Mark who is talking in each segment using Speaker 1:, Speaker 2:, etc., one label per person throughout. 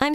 Speaker 1: I'm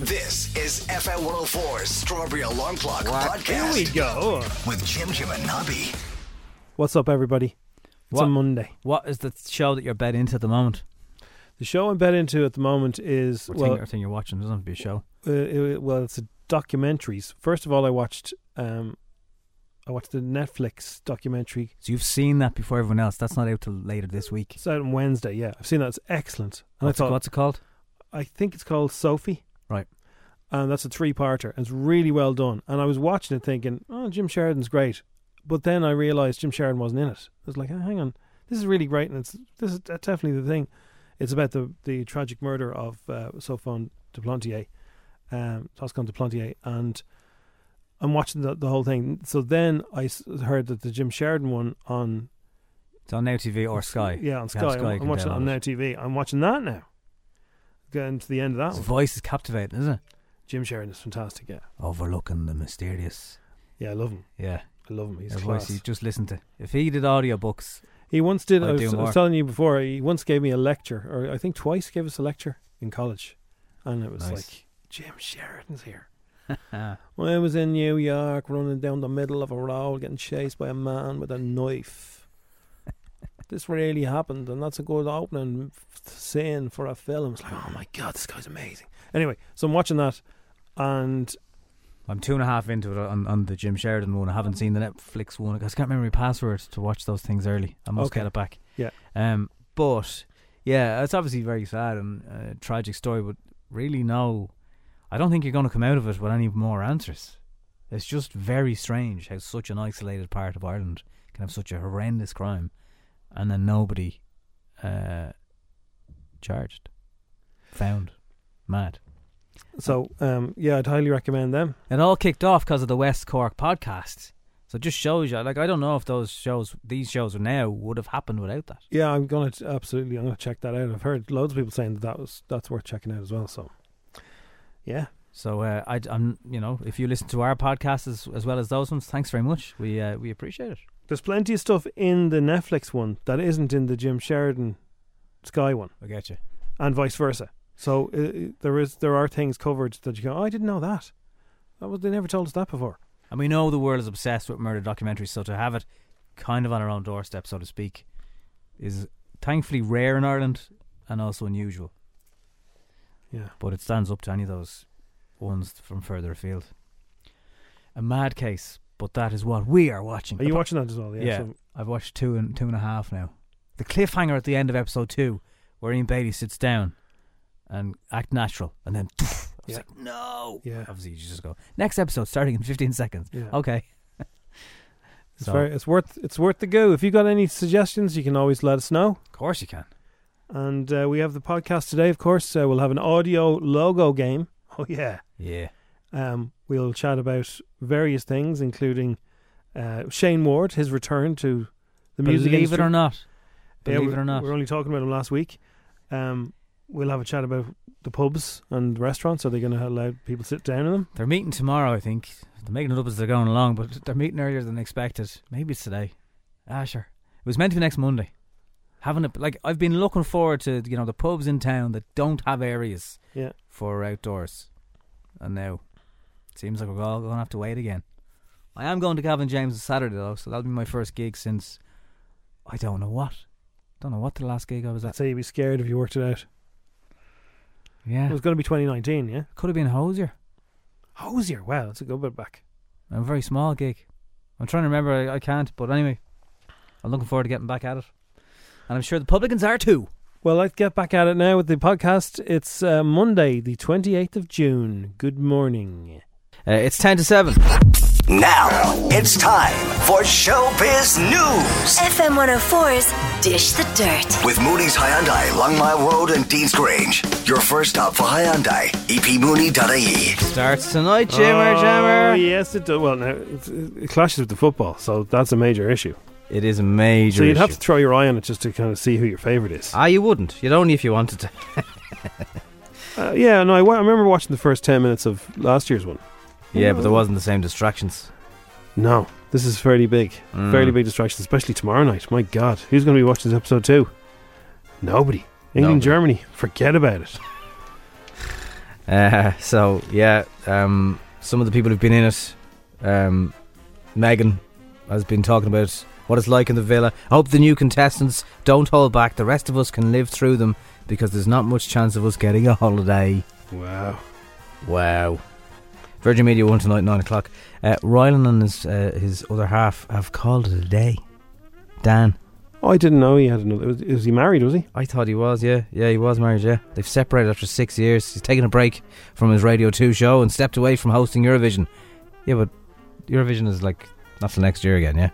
Speaker 2: This is FM 104's Strawberry Alarm Clock
Speaker 3: here
Speaker 2: podcast
Speaker 3: we go.
Speaker 2: with Jim Jim and Nobby.
Speaker 4: What's up, everybody? It's
Speaker 5: What-
Speaker 4: a Monday.
Speaker 5: What is the show that you're bet into at the moment?
Speaker 4: The show I'm bet into at the moment is
Speaker 5: Or
Speaker 4: well,
Speaker 5: thing, or thing you're watching? It doesn't have to be a show.
Speaker 4: uh, it- well, it's a documentaries. First of all, I watched um, I watched the Netflix documentary.
Speaker 5: So you've seen that before everyone else. That's not out till later this week.
Speaker 4: It's out on Wednesday. Yeah, I've seen that. Oh, It's excellent. And
Speaker 5: What's,
Speaker 4: I
Speaker 5: it,
Speaker 4: thought
Speaker 5: what's it called?
Speaker 4: I think it's called Sophie,
Speaker 5: Right.
Speaker 4: and that's a three-parter. And it's really well done. And I was watching it thinking, oh, Jim Sheridan's great, but then I realized Jim Sheridan wasn't in it. I was like, oh, hang on, this is really great, and it's this is that's definitely the thing. It's about the the tragic murder of uh, Sophon de Plantier, um, Toscan de Plantier, and I'm watching the, the whole thing. So then I s- heard that the Jim Sheridan one on
Speaker 5: It's on Now TV or Sky.
Speaker 4: yeah on
Speaker 5: If you
Speaker 4: Sky,
Speaker 5: have you
Speaker 4: I'm, I'm
Speaker 5: can
Speaker 4: watching it on
Speaker 5: download
Speaker 4: Now TV. I'm watching that now. Getting to the end of that
Speaker 5: His
Speaker 4: one.
Speaker 5: voice is captivating, isn't it?
Speaker 4: Jim Sheridan is fantastic. Yeah,
Speaker 5: Overlooking the mysterious.
Speaker 4: yeah, I love him.
Speaker 5: Yeah.
Speaker 4: I love him. He's
Speaker 5: His
Speaker 4: class.
Speaker 5: voice, you just listen to. If he did audiobooks,
Speaker 4: He once did. I
Speaker 5: I'd
Speaker 4: was,
Speaker 5: do
Speaker 4: I was
Speaker 5: more.
Speaker 4: telling you before. He once gave me a lecture, or I think twice gave us a lecture in college, and it was
Speaker 5: Nice.
Speaker 4: like Jim Sheridan's here. when I was in New York, running down the middle of a road, getting chased by a man with a knife. this really happened, and that's a good opening f- scene for a film. It's like, oh my god, this guy's amazing. Anyway, so I'm watching that, and
Speaker 5: I'm two and a half into it on, on the Jim Sheridan one. I haven't seen the Netflix one. I just can't remember my password to watch those things early. I must
Speaker 4: Okay.
Speaker 5: get it back.
Speaker 4: Yeah.
Speaker 5: Um, but yeah, it's obviously very sad and uh, tragic story. But really, no, I don't think you're going to come out of it with any more answers. It's just very strange how such an isolated part of Ireland can have such a horrendous crime, and then nobody uh, charged, found, mad.
Speaker 4: so um, yeah, I'd highly recommend them.
Speaker 5: It all kicked off because of the West Cork podcast. So it just shows you, like, I don't know if those shows, these shows now, would have happened without that.
Speaker 4: Yeah, I'm gonna t- absolutely. I'm gonna check that out. I've heard loads of people saying that, that was that's worth checking out as well. So, yeah,
Speaker 5: So uh, I, am you know, if you listen to our podcasts as, as well as those ones, thanks very much. We uh, we appreciate it.
Speaker 4: there's plenty of stuff in the Netflix one that isn't in the Jim Sheridan Sky one,
Speaker 5: I get you.
Speaker 4: and vice versa. So uh, there is there are things covered that you go, oh, I didn't know that. That was they never told us that before.
Speaker 5: And we know the world is obsessed with murder documentaries, so to have it kind of on our own doorstep, so to speak, is thankfully rare in Ireland and also unusual.
Speaker 4: Yeah,
Speaker 5: But it stands up to any of those ones from further afield. A mad case, but that is what we are watching.
Speaker 4: are you watching that as well? Yeah.
Speaker 5: Yeah,
Speaker 4: so-
Speaker 5: I've watched two and two and a half now. The cliffhanger at the end of episode two, where Ian Bailey sits down and act natural, and then I was
Speaker 4: Yeah.
Speaker 5: like, no.
Speaker 4: Yeah.
Speaker 5: Obviously, you just go next episode starting in fifteen seconds.
Speaker 4: Yeah.
Speaker 5: Okay.
Speaker 4: it's
Speaker 5: So-
Speaker 4: very, it's worth it's worth the go. If you got any suggestions, you can always let us know.
Speaker 5: Of course you can.
Speaker 4: And uh, we have the podcast today. Of course, uh, we'll have an audio logo game. Oh yeah.
Speaker 5: Yeah.
Speaker 4: Um, we'll chat about various things, including uh, Shane Ward, his return to the music
Speaker 5: Believe
Speaker 4: industry.
Speaker 5: it or not.
Speaker 4: Yeah,
Speaker 5: Believe
Speaker 4: we-
Speaker 5: it or not.
Speaker 4: we were only talking about him last week. Um, we'll have a chat about the pubs and restaurants. Are they going to allow people to sit down in them?
Speaker 5: They're meeting tomorrow, I think. They're making it up as they're going along, but they're meeting earlier than expected. Maybe it's today. Ah, sure. It was meant to be next Monday. Having a like, I've been looking forward to you know the pubs in town that don't have areas
Speaker 4: Yeah.
Speaker 5: for outdoors, and now seems like we're all going to have to wait again. I am going to Gavin James on Saturday though, so that'll be my first gig since I don't know what Don't know what the last gig I was
Speaker 4: I'd
Speaker 5: at.
Speaker 4: say you'd be scared if you worked it out. It
Speaker 5: Yeah,
Speaker 4: was going to be 2019, yeah?
Speaker 5: could have been Hosier.
Speaker 4: Hosier, wow, that's a good bit back.
Speaker 5: A very small gig. I'm trying to remember. I, I can't. But anyway, I'm looking forward to getting back at it, and I'm sure the publicans are too.
Speaker 4: Well, let's get back at it now with the podcast. It's uh, Monday, the 28th of June. Good morning.
Speaker 5: Uh, it's ten to seven.
Speaker 2: Now it's time for Showbiz News
Speaker 6: FM 104's Dish the Dirt.
Speaker 2: with Mooney's Hyundai, Longmire Road, and Dean's Grange. Your first stop for Hyundai, E epmooney.ie.
Speaker 5: Starts tonight, Jimmer
Speaker 4: Oh,
Speaker 5: Jammer.
Speaker 4: yes, it does. Well, now, it, it clashes with the football, so that's a major issue.
Speaker 5: It is a major.
Speaker 4: so you'd have to
Speaker 5: issue.
Speaker 4: throw your eye on it just to kind of see who your favourite is.
Speaker 5: ah, you wouldn't. You'd only if you wanted to.
Speaker 4: Uh, yeah, no, I, wa- I remember watching the first 10 minutes of last year's one.
Speaker 5: Yeah, but there wasn't the same distractions.
Speaker 4: No, this is fairly big.
Speaker 5: Mm.
Speaker 4: Fairly big distraction, especially tomorrow night. My God, who's going to be watching this episode two? Nobody. England,
Speaker 5: Nobody.
Speaker 4: Germany, forget about it.
Speaker 5: Uh, so yeah, um, some of the people who've been in it, um, Megan has been talking about what it's like in the villa. I hope the new contestants don't hold back. The rest of us can live through them because there's not much chance of us getting a holiday.
Speaker 4: Wow.
Speaker 5: Wow. Virgin Media one tonight, nine o'clock. Uh, Rylan and his uh, his other half have called it a day. Dan,
Speaker 4: Oh, I didn't know he had another. Was, was he married, was he?
Speaker 5: I thought he was, yeah. Yeah, he was married, yeah. They've separated after six years. He's taken a break from his Radio 2 show and stepped away from hosting Eurovision. Yeah, but Eurovision is like, not till next year again, yeah?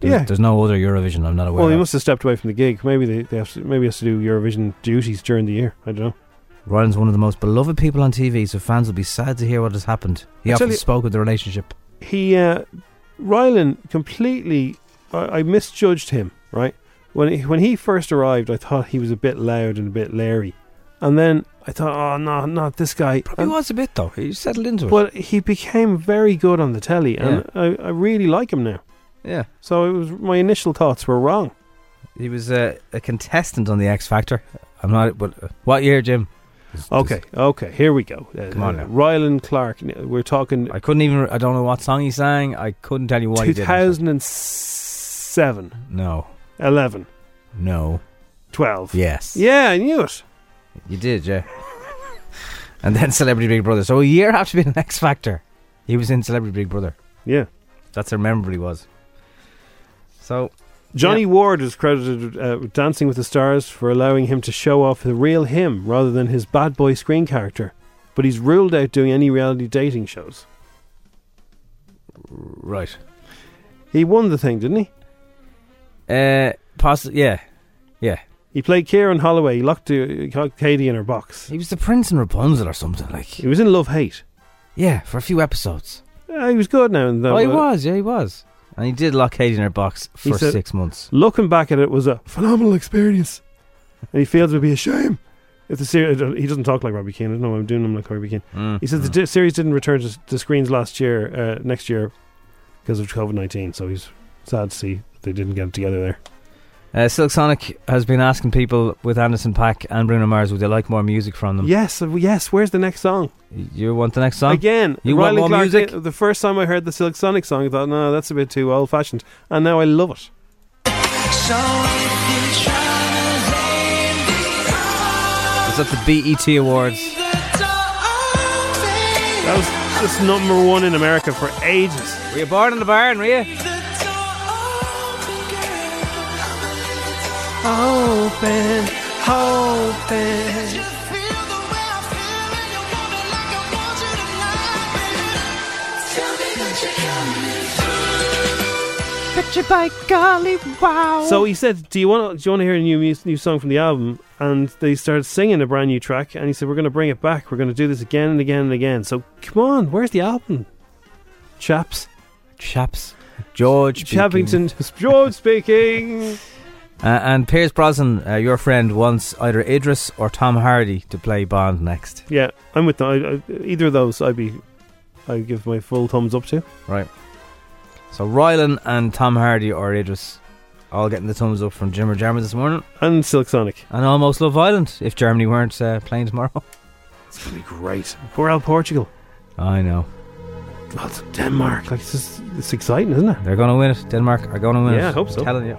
Speaker 5: There's,
Speaker 4: Yeah.
Speaker 5: There's no other Eurovision I'm not aware
Speaker 4: Well, he
Speaker 5: of.
Speaker 4: must have stepped away from the gig. Maybe they, they have to, maybe he has to do Eurovision duties during the year. I don't know.
Speaker 5: Rylan's one of the most beloved people on TV, so fans will be sad to hear what has happened. He
Speaker 4: I tell
Speaker 5: often
Speaker 4: you-
Speaker 5: spoke of the relationship.
Speaker 4: He, uh, Rylan, completely. I, I misjudged him. Right when he, when he first arrived, I thought he was a bit loud and a bit leery, and then I thought, oh no, not this guy.
Speaker 5: Probably
Speaker 4: And-
Speaker 5: was a bit, though. He settled into it.
Speaker 4: But he became very good on the telly, and I, I really like him now.
Speaker 5: Yeah.
Speaker 4: So it was my initial thoughts were wrong.
Speaker 5: He was uh, a contestant on The X Factor. I'm not. But, uh, what year, Jim?
Speaker 4: Okay, okay, here we go. Uh,
Speaker 5: Come on now.
Speaker 4: Rylan Clark. n- We're talking
Speaker 5: I couldn't even. I don't know what song he sang. I couldn't tell you what he did.
Speaker 4: 2007,
Speaker 5: No.
Speaker 4: 11,
Speaker 5: No.
Speaker 4: 12.
Speaker 5: Yes.
Speaker 4: Yeah, I knew it.
Speaker 5: You did, yeah. and then Celebrity Big Brother. So a year after being an X Factor, he was in Celebrity Big Brother.
Speaker 4: Yeah.
Speaker 5: That's how memorable he was. So
Speaker 4: Johnny Ward is credited uh, with Dancing with the Stars for allowing him to show off the real him rather than his bad boy screen character. But he's ruled out doing any reality dating shows.
Speaker 5: right.
Speaker 4: He won the thing, didn't he?
Speaker 5: Uh, poss- Yeah, yeah.
Speaker 4: He played Kieran Holloway. He locked, uh, locked Katie in her box.
Speaker 5: He was the Prince and Rapunzel or something
Speaker 4: He
Speaker 5: like.
Speaker 4: was in Love Hate.
Speaker 5: Yeah, for a few episodes.
Speaker 4: Uh, he was good now and then.
Speaker 5: oh, he
Speaker 4: but
Speaker 5: was. Yeah, he was. And he did lock Katie in her box
Speaker 4: He
Speaker 5: for
Speaker 4: said-
Speaker 5: six months.
Speaker 4: Looking back at it, it was a phenomenal experience, and he feels it would be a shame if the series. He doesn't talk like Robbie Keane. I don't know. why I'm doing him like Robbie Keane.
Speaker 7: Mm.
Speaker 4: He says the
Speaker 5: Uh-huh.
Speaker 4: di- series didn't return to, s- to screens last year, uh, next year, because of COVID nineteen. So he's sad to see they didn't get it together there.
Speaker 5: Uh, Silk Sonic has been asking people with Anderson Pack and Bruno Mars would they like more music from them.
Speaker 4: Yes, uh, yes. Where's the next song?
Speaker 5: You want the next song?
Speaker 4: Again,
Speaker 5: You want
Speaker 4: Rylan
Speaker 5: more
Speaker 4: Clark,
Speaker 5: music?
Speaker 4: uh, The first time I heard the Silk Sonic song, I thought, no, that's a bit too old fashioned, and now I love it.
Speaker 5: It's at the E BET Awards.
Speaker 4: That was just number one in America for ages.
Speaker 5: Were you born in the barn, were you?
Speaker 4: Hoping, hoping. So he said, "Do you want do you want to hear a new mus- new song from the album?" And they started singing a brand new track. And he said, "We're going to bring it back. We're going to do this again and again and again." So come on, where's the album, chaps?
Speaker 5: Chaps. George. speaking.
Speaker 4: Chapington, George speaking.
Speaker 5: Uh, and Piers Brosnan, uh, your friend, wants either Idris or Tom Hardy to play Bond next.
Speaker 4: Yeah, I'm with them. I, I, either of those, I'd be, I'd give my full thumbs up to.
Speaker 5: Right. So Rylan and Tom Hardy or Idris all getting the thumbs up from Jimmer Jammer this morning.
Speaker 4: And Silk Sonic.
Speaker 5: And almost Love Island if Germany weren't uh, playing tomorrow.
Speaker 4: It's gonna be great. Poor old Portugal.
Speaker 5: I know.
Speaker 4: God, Denmark. Like it's just, it's exciting, isn't it?
Speaker 5: They're going to win it. Denmark are going to win
Speaker 4: Yeah,
Speaker 5: it.
Speaker 4: I hope so.
Speaker 5: Telling you.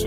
Speaker 7: So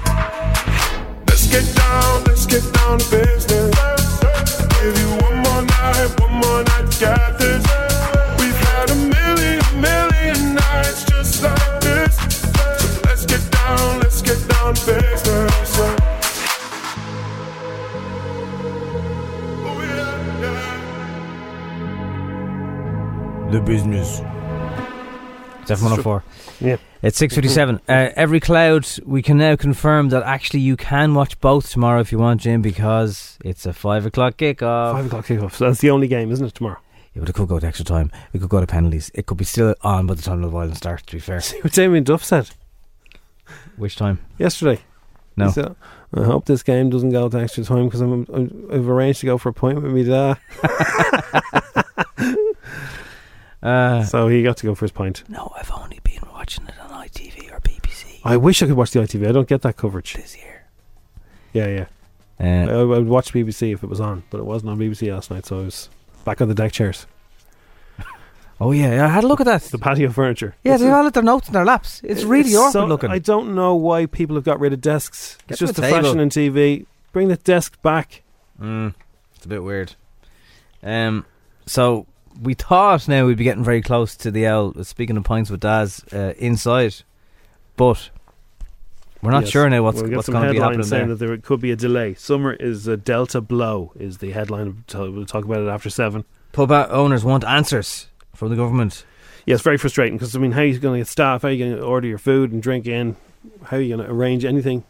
Speaker 8: Let's get down, let's get down to business. Give you one more night, one more night to get this. We've had a million, million nights just like this. So let's get down, let's get down to business. Oh,
Speaker 5: The business. It's F104.
Speaker 4: Yeah. Mm-hmm.
Speaker 5: It's 657. Uh, every cloud, we can now confirm that actually you can watch both tomorrow if you want, Jim, because it's a 5 o'clock kickoff.
Speaker 4: 5 o'clock kickoff. So that's the only game, isn't it, tomorrow?
Speaker 5: Yeah, but it could go to extra time. It could go to penalties. It could be still on by the time Love Island starts, to be fair.
Speaker 4: What Damien Duff said
Speaker 5: Which time?
Speaker 4: yesterday.
Speaker 5: No.
Speaker 4: He said, I hope this game doesn't go to extra time because I'm, I'm, I've arranged to go for a point with me dad.
Speaker 5: Uh,
Speaker 4: So he got to go for his pint.
Speaker 5: no, I've only been watching it on ITV or BBC
Speaker 4: I wish I could watch the ITV. I don't get that coverage.
Speaker 5: this year.
Speaker 4: Yeah, yeah. I,
Speaker 5: Uh,
Speaker 4: I would watch BBC if it was on, but it wasn't on BBC last night, so I was back on the deck chairs.
Speaker 5: oh, yeah. I had a look at that.
Speaker 4: The patio furniture.
Speaker 5: Yeah,
Speaker 4: It's-
Speaker 5: they all have their notes in their laps. It's really
Speaker 4: it's
Speaker 5: awkward
Speaker 4: so-
Speaker 5: looking.
Speaker 4: I don't know why people have got rid of desks.
Speaker 5: Get
Speaker 4: it's just
Speaker 5: them
Speaker 4: the
Speaker 5: a table.
Speaker 4: fashion in TV. Bring the desk back.
Speaker 5: Mm, it's a bit weird. Um, so we thought now we'd be getting very close to the L. Speaking of pints with Daz uh, inside, but we're not
Speaker 4: Yes.
Speaker 5: sure now what's
Speaker 4: We'll get
Speaker 5: what's
Speaker 4: some
Speaker 5: going to be
Speaker 4: headlines
Speaker 5: happening
Speaker 4: saying
Speaker 5: there.
Speaker 4: that there could be a delay. Summer is a delta blow is the headline. We'll talk about it after seven.
Speaker 5: Pub owners want answers from the government.
Speaker 4: Yeah, it's very frustrating because I mean, how are you going to get staff? How are you going to order your food and drink in? How are you going to arrange anything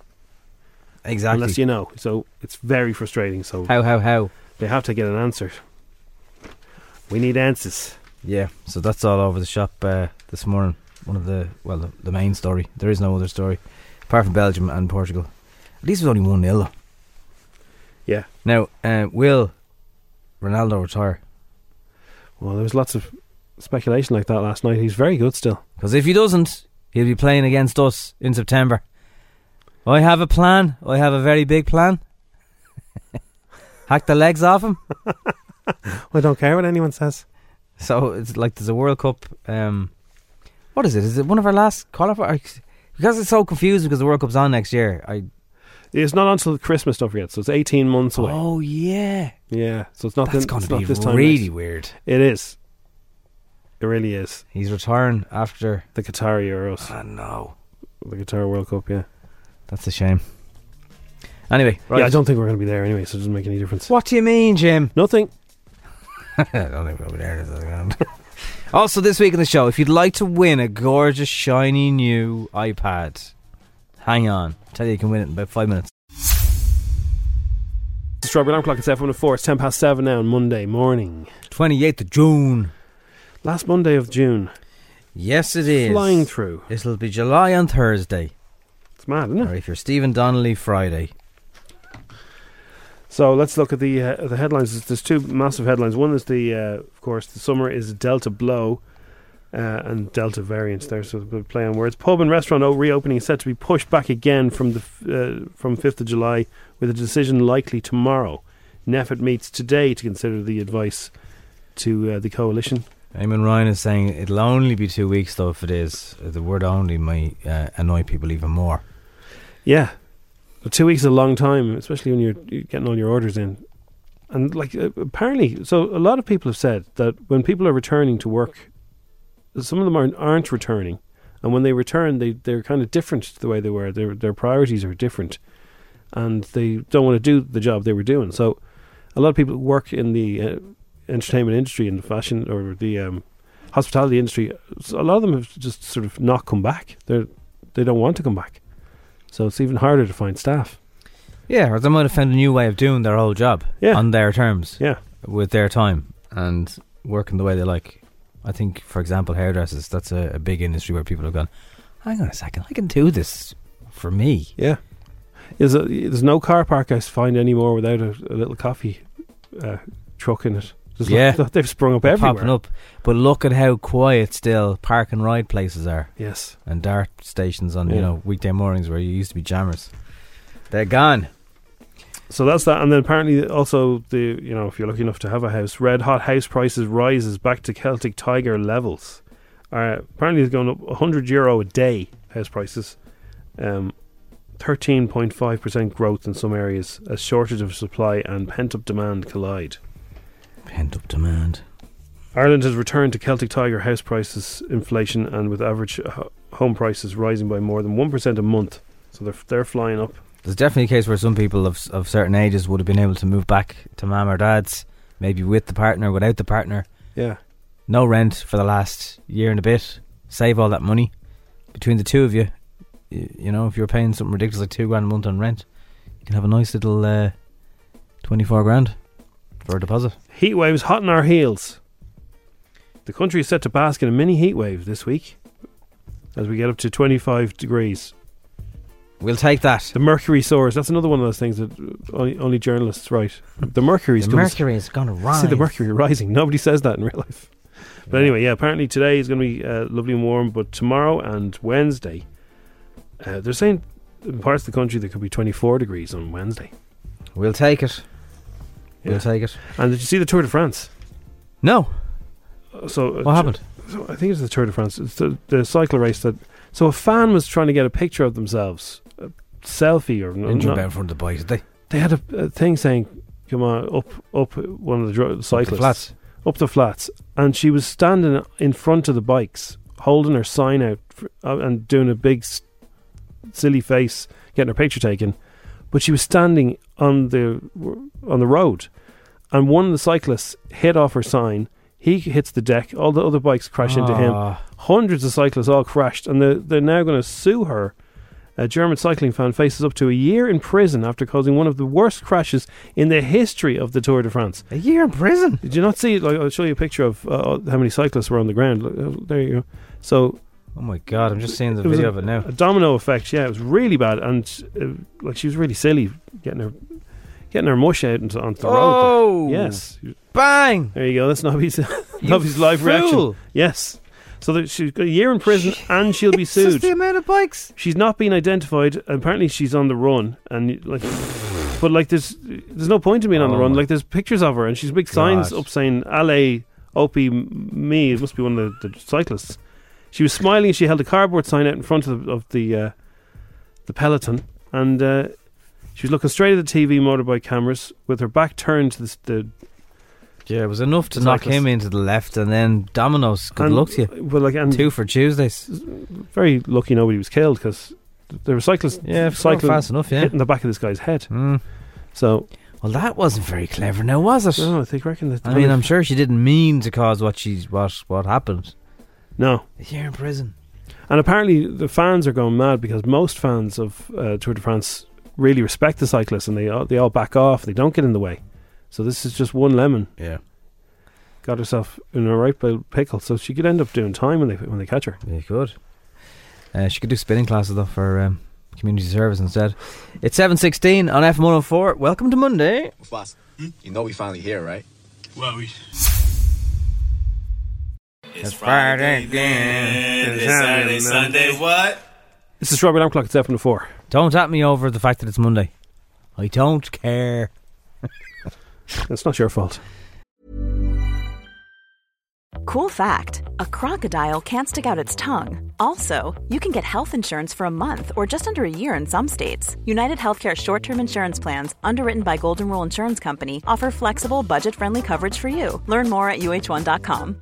Speaker 5: Exactly.
Speaker 4: unless you know? So it's very frustrating. So
Speaker 5: how how how?
Speaker 4: they have to get an answer. We need answers.
Speaker 5: Yeah. So that's all over the shop uh, this morning. One of the well, the, the main story. There is no other story apart from Belgium and Portugal. At least it was only one 0
Speaker 4: Yeah.
Speaker 5: Now, uh, will Ronaldo retire?
Speaker 4: Well, there was lots of speculation like that last night. He's very good still.
Speaker 5: Because if he doesn't, he'll be playing against us in September. I have a plan. I have a very big plan. Hack the legs off him.
Speaker 4: I don't care what anyone says.
Speaker 5: So it's like there's a World Cup. Um, what is it? Is it one of our last qualifiers? Because it's so confused because the World Cup's on next year. I
Speaker 4: It's not until Christmas, don't forget. So it's 18 months away.
Speaker 5: oh yeah,
Speaker 4: Yeah. So it's not,
Speaker 5: that's
Speaker 4: the-
Speaker 5: going
Speaker 4: it's
Speaker 5: to
Speaker 4: not
Speaker 5: be
Speaker 4: this time.
Speaker 5: really
Speaker 4: next-
Speaker 5: weird.
Speaker 4: It is. It really is.
Speaker 5: He's retiring after.
Speaker 4: The Qatar Euros.
Speaker 5: I know.
Speaker 4: The Qatar World Cup, yeah.
Speaker 5: That's a shame. Anyway, right.
Speaker 4: Yeah, I don't think we're going to be there anyway, so it doesn't make any difference.
Speaker 5: What do you mean, Jim?
Speaker 4: Nothing.
Speaker 5: I don't think we'll be there. Also, this week in the show, if you'd like to win a gorgeous, shiny new iPad, hang on. Tell you you can win it in about five minutes.
Speaker 4: The Strawberry Alarm Clock is FM four. It's ten past seven now on Monday morning.
Speaker 5: Twenty eighth of June.
Speaker 4: Last Monday of June.
Speaker 5: Yes, it is.
Speaker 4: Flying through.
Speaker 5: It'll be July on Thursday.
Speaker 4: It's mad, isn't it?
Speaker 5: Or if you're Stephen Donnelly, Friday.
Speaker 4: So let's look at the uh, the headlines. There's- There's two massive headlines. One is the, uh, of course, the summer is Delta blow, uh, and Delta variant. There, so the play on words. Pub and restaurant o- reopening is set to be pushed back again from the f- uh, from fifth of July, with a decision likely tomorrow. Neffet meets today to consider the advice to uh, the coalition.
Speaker 5: Eamon Ryan is saying it'll only be two weeks though. If it is, the word "only" might uh, annoy people even more.
Speaker 4: Yeah, but two weeks is a long time, especially when you're, you're getting all your orders in. And like uh, apparently, so a lot of people have said that when people are returning to work, some of them aren't, aren't returning, and when they return, they they're kind of different to the way they were. Their their priorities are different, and they don't want to do the job they were doing. So, a lot of people who work in the uh, entertainment industry and the fashion or the um, hospitality industry. s- A lot of them have just sort of not come back. They they don't want to come back. So it's even harder to find staff.
Speaker 5: Yeah, or they might have found a new way of doing their whole job
Speaker 4: Yeah.
Speaker 5: on their terms.
Speaker 4: Yeah.
Speaker 5: With their time and working the way they like. I think, for example, hairdressers, that's a, a big industry where people have gone, hang on a second, I can do this for me.
Speaker 4: Yeah. There's, a, there's no car park I s- find anymore without a, a little coffee uh, truck in it. There's lo-
Speaker 5: yeah.
Speaker 4: they've sprung up
Speaker 5: They're
Speaker 4: everywhere.
Speaker 5: Popping up. But look at how quiet still park and ride places are.
Speaker 4: Yes.
Speaker 5: And dart stations on,
Speaker 4: Yeah.
Speaker 5: you know, weekday mornings where you used to be jammers. They're gone.
Speaker 4: So that's that, and then apparently also the you know if you're lucky enough to have a house, red hot house prices rises back to Celtic Tiger levels. Uh, apparently it's going up 100 euro a day house prices, um, 13.5 percent growth in some areas as shortage of supply and pent up demand collide.
Speaker 5: Pent up demand.
Speaker 4: Ireland has returned to Celtic Tiger house prices inflation, and with average ho- home prices rising by more than one percent a month, so they're they're flying up.
Speaker 5: There's definitely a case where some people of of certain ages would have been able to move back to mum or dad's, maybe with the partner, without the partner.
Speaker 4: Yeah.
Speaker 5: No rent for the last year and a bit. Save all that money between the two of you. y- You know, if you're paying something ridiculous like two grand a month on rent, you can have a nice little uh, twenty-four grand for a deposit.
Speaker 4: Heat waves hot in our heels. The country is set to bask in a mini heat wave this week as we get up to 25 degrees.
Speaker 5: We'll take that.
Speaker 4: The mercury soars. That's another one of those things that only, only journalists write. The mercury's
Speaker 5: The
Speaker 4: gonna-
Speaker 5: mercury is gonna
Speaker 4: See the
Speaker 5: rise.
Speaker 4: mercury rising. Nobody says that in real life. But anyway, yeah. Apparently today is going to be uh, lovely and warm, but tomorrow and Wednesday, uh, they're saying in parts of the country there could be 24 degrees on Wednesday.
Speaker 5: We'll take it. We'll
Speaker 4: Yeah.
Speaker 5: take it.
Speaker 4: And did you see the Tour de France?
Speaker 5: No.
Speaker 4: So uh,
Speaker 5: What happened?
Speaker 4: So I think it's the Tour de France. It's the, the cycle race that. So a fan was trying to get a picture of themselves, a selfie or
Speaker 5: Injured
Speaker 4: not-
Speaker 5: about in front of the bike, did they?
Speaker 4: They had a, a thing saying, "Come on, up, up one of the dro- cyclists,
Speaker 5: flats.
Speaker 4: up the flats," and she was standing in front of the bikes, holding her sign out fr uh, and doing a big, s- silly face, getting her picture taken. But she was standing on the on the road, and one of the cyclists hit off her sign. He hits the deck. All the other bikes crash into him.
Speaker 5: Ah.
Speaker 4: Hundreds of cyclists all crashed, and they're, they're now going to sue her. A German cycling fan faces up to a year in prison after causing one of the worst crashes in the history of the Tour de France.
Speaker 5: A year in prison?
Speaker 4: Did you not see? Like, I'll show you a picture of uh, how many cyclists were on the ground. Look, uh, There you go. So,
Speaker 5: Oh my god, I'm just seeing the
Speaker 4: was
Speaker 5: video
Speaker 4: a,
Speaker 5: of it now.
Speaker 4: A domino effect. Yeah, it was really bad, and uh, like she was really silly getting her getting her mush out into, onto the road.
Speaker 5: Oh!
Speaker 4: there. yes,
Speaker 5: bang!
Speaker 4: There you go. That's Nobby's Nobby's live
Speaker 5: fool!
Speaker 4: reaction. Yes. So that she's got a year in prison, and she'll be
Speaker 5: Just
Speaker 4: sued.
Speaker 5: the amount of bikes.
Speaker 4: She's not been identified. Apparently, she's on the run, and like, but like, there's there's no point in being on the
Speaker 5: Oh
Speaker 4: run.
Speaker 5: my
Speaker 4: Like, there's pictures of her, and she's big signs
Speaker 5: God.
Speaker 4: up saying "Ale Opie m- Me." It must be one of the, the cyclists. She was smiling. She held a cardboard sign out in front of the, of the uh, the peloton, and uh, she was looking straight at the TV motorbike cameras with her back turned to the. the
Speaker 5: Yeah, it was enough to
Speaker 4: The
Speaker 5: knock
Speaker 4: cyclist.
Speaker 5: him into the left, and then Domino's. Good
Speaker 4: and-
Speaker 5: luck to you.
Speaker 4: Well, like, and
Speaker 5: Two for Tuesdays.
Speaker 4: very lucky nobody was killed because there were cyclists.
Speaker 5: Yeah, if it's not
Speaker 4: cycling
Speaker 5: fast enough, yeah.
Speaker 4: hitting the back of this guy's head.
Speaker 5: Mm.
Speaker 4: So
Speaker 5: Well, that wasn't very clever, now was it?
Speaker 4: No, I think reckon that.
Speaker 5: I mean, I'm sure she didn't mean to cause what she's what what happened.
Speaker 4: No.
Speaker 5: A year in prison.
Speaker 4: And apparently, the fans are going mad because most fans of uh, Tour de France really respect the cyclists, and they all, they all back off. They don't get in the way. So this is just one lemon.
Speaker 5: Yeah.
Speaker 4: Got herself in a right bit pickle, so she could end up doing time when they when they catch her.
Speaker 5: Yeah, good. Uh, she could do spinning classes though for um, community service instead. It's seven sixteen on F one hundred four. Welcome to Monday.
Speaker 9: Boss, you know we finally here, right?
Speaker 10: Well, we.
Speaker 9: It's
Speaker 10: Friday
Speaker 9: again.
Speaker 10: It's Saturday, Sunday, what?
Speaker 4: This is Robert Amclock. It's seven four.
Speaker 5: Don't at me over the fact that it's Monday. I don't care.
Speaker 4: It's not your fault.
Speaker 11: Cool fact a crocodile can't stick out its tongue. Also, Oh, you can get health insurance for a month or just under a year in some states. United Healthcare short term insurance plans, underwritten by Golden Rule Insurance Company, offer flexible, budget friendly coverage for you. Learn more at uh1.com.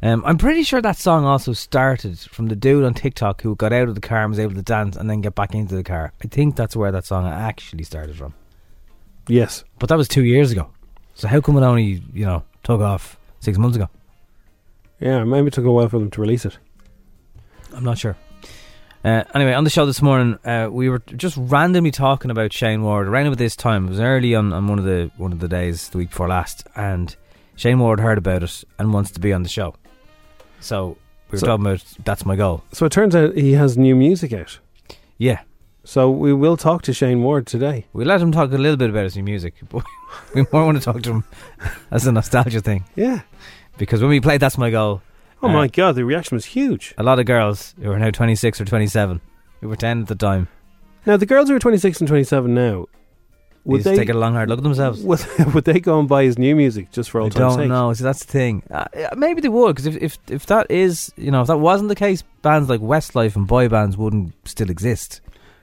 Speaker 5: Um, I'm pretty sure that song also started from the dude on TikTok who got out of the car and was able to dance and then get back into the car. I think that's where that song actually started from.
Speaker 4: Yes.
Speaker 5: But that was two years ago. So how come it only, you know, took off six months ago?
Speaker 4: Yeah, maybe it took a while for them to release it.
Speaker 5: I'm not sure. Uh, anyway, on the show this morning, uh, we were just randomly talking about Shane Ward around about this time. It was early on, on one of the one of the days the week before last, and Shane Ward heard about it and wants to be on the show. So we were
Speaker 4: So-
Speaker 5: talking about that's my goal.
Speaker 4: So it turns out he has new music out.
Speaker 5: Yeah.
Speaker 4: So we will talk to Shane Ward today.
Speaker 5: We let him talk a little bit about his new music, but we more want to talk to him as a nostalgia thing.
Speaker 4: Yeah.
Speaker 5: Because when we played That's My Goal.
Speaker 4: Oh my God, the reaction was huge.
Speaker 5: A lot of girls who are now 26 or 27, who were 10 at the time,
Speaker 4: Now the girls who are 26 and 27 now,
Speaker 5: would
Speaker 4: would they
Speaker 5: take a long hard look at themselves.
Speaker 4: Would, would they go and buy his new music just for
Speaker 5: I
Speaker 4: old time's
Speaker 5: don't
Speaker 4: sake?
Speaker 5: know. See, that's the thing. Uh, uh, maybe they would, because if, if, if that is, you know, if that wasn't the case, bands like Westlife and boy bands wouldn't still exist.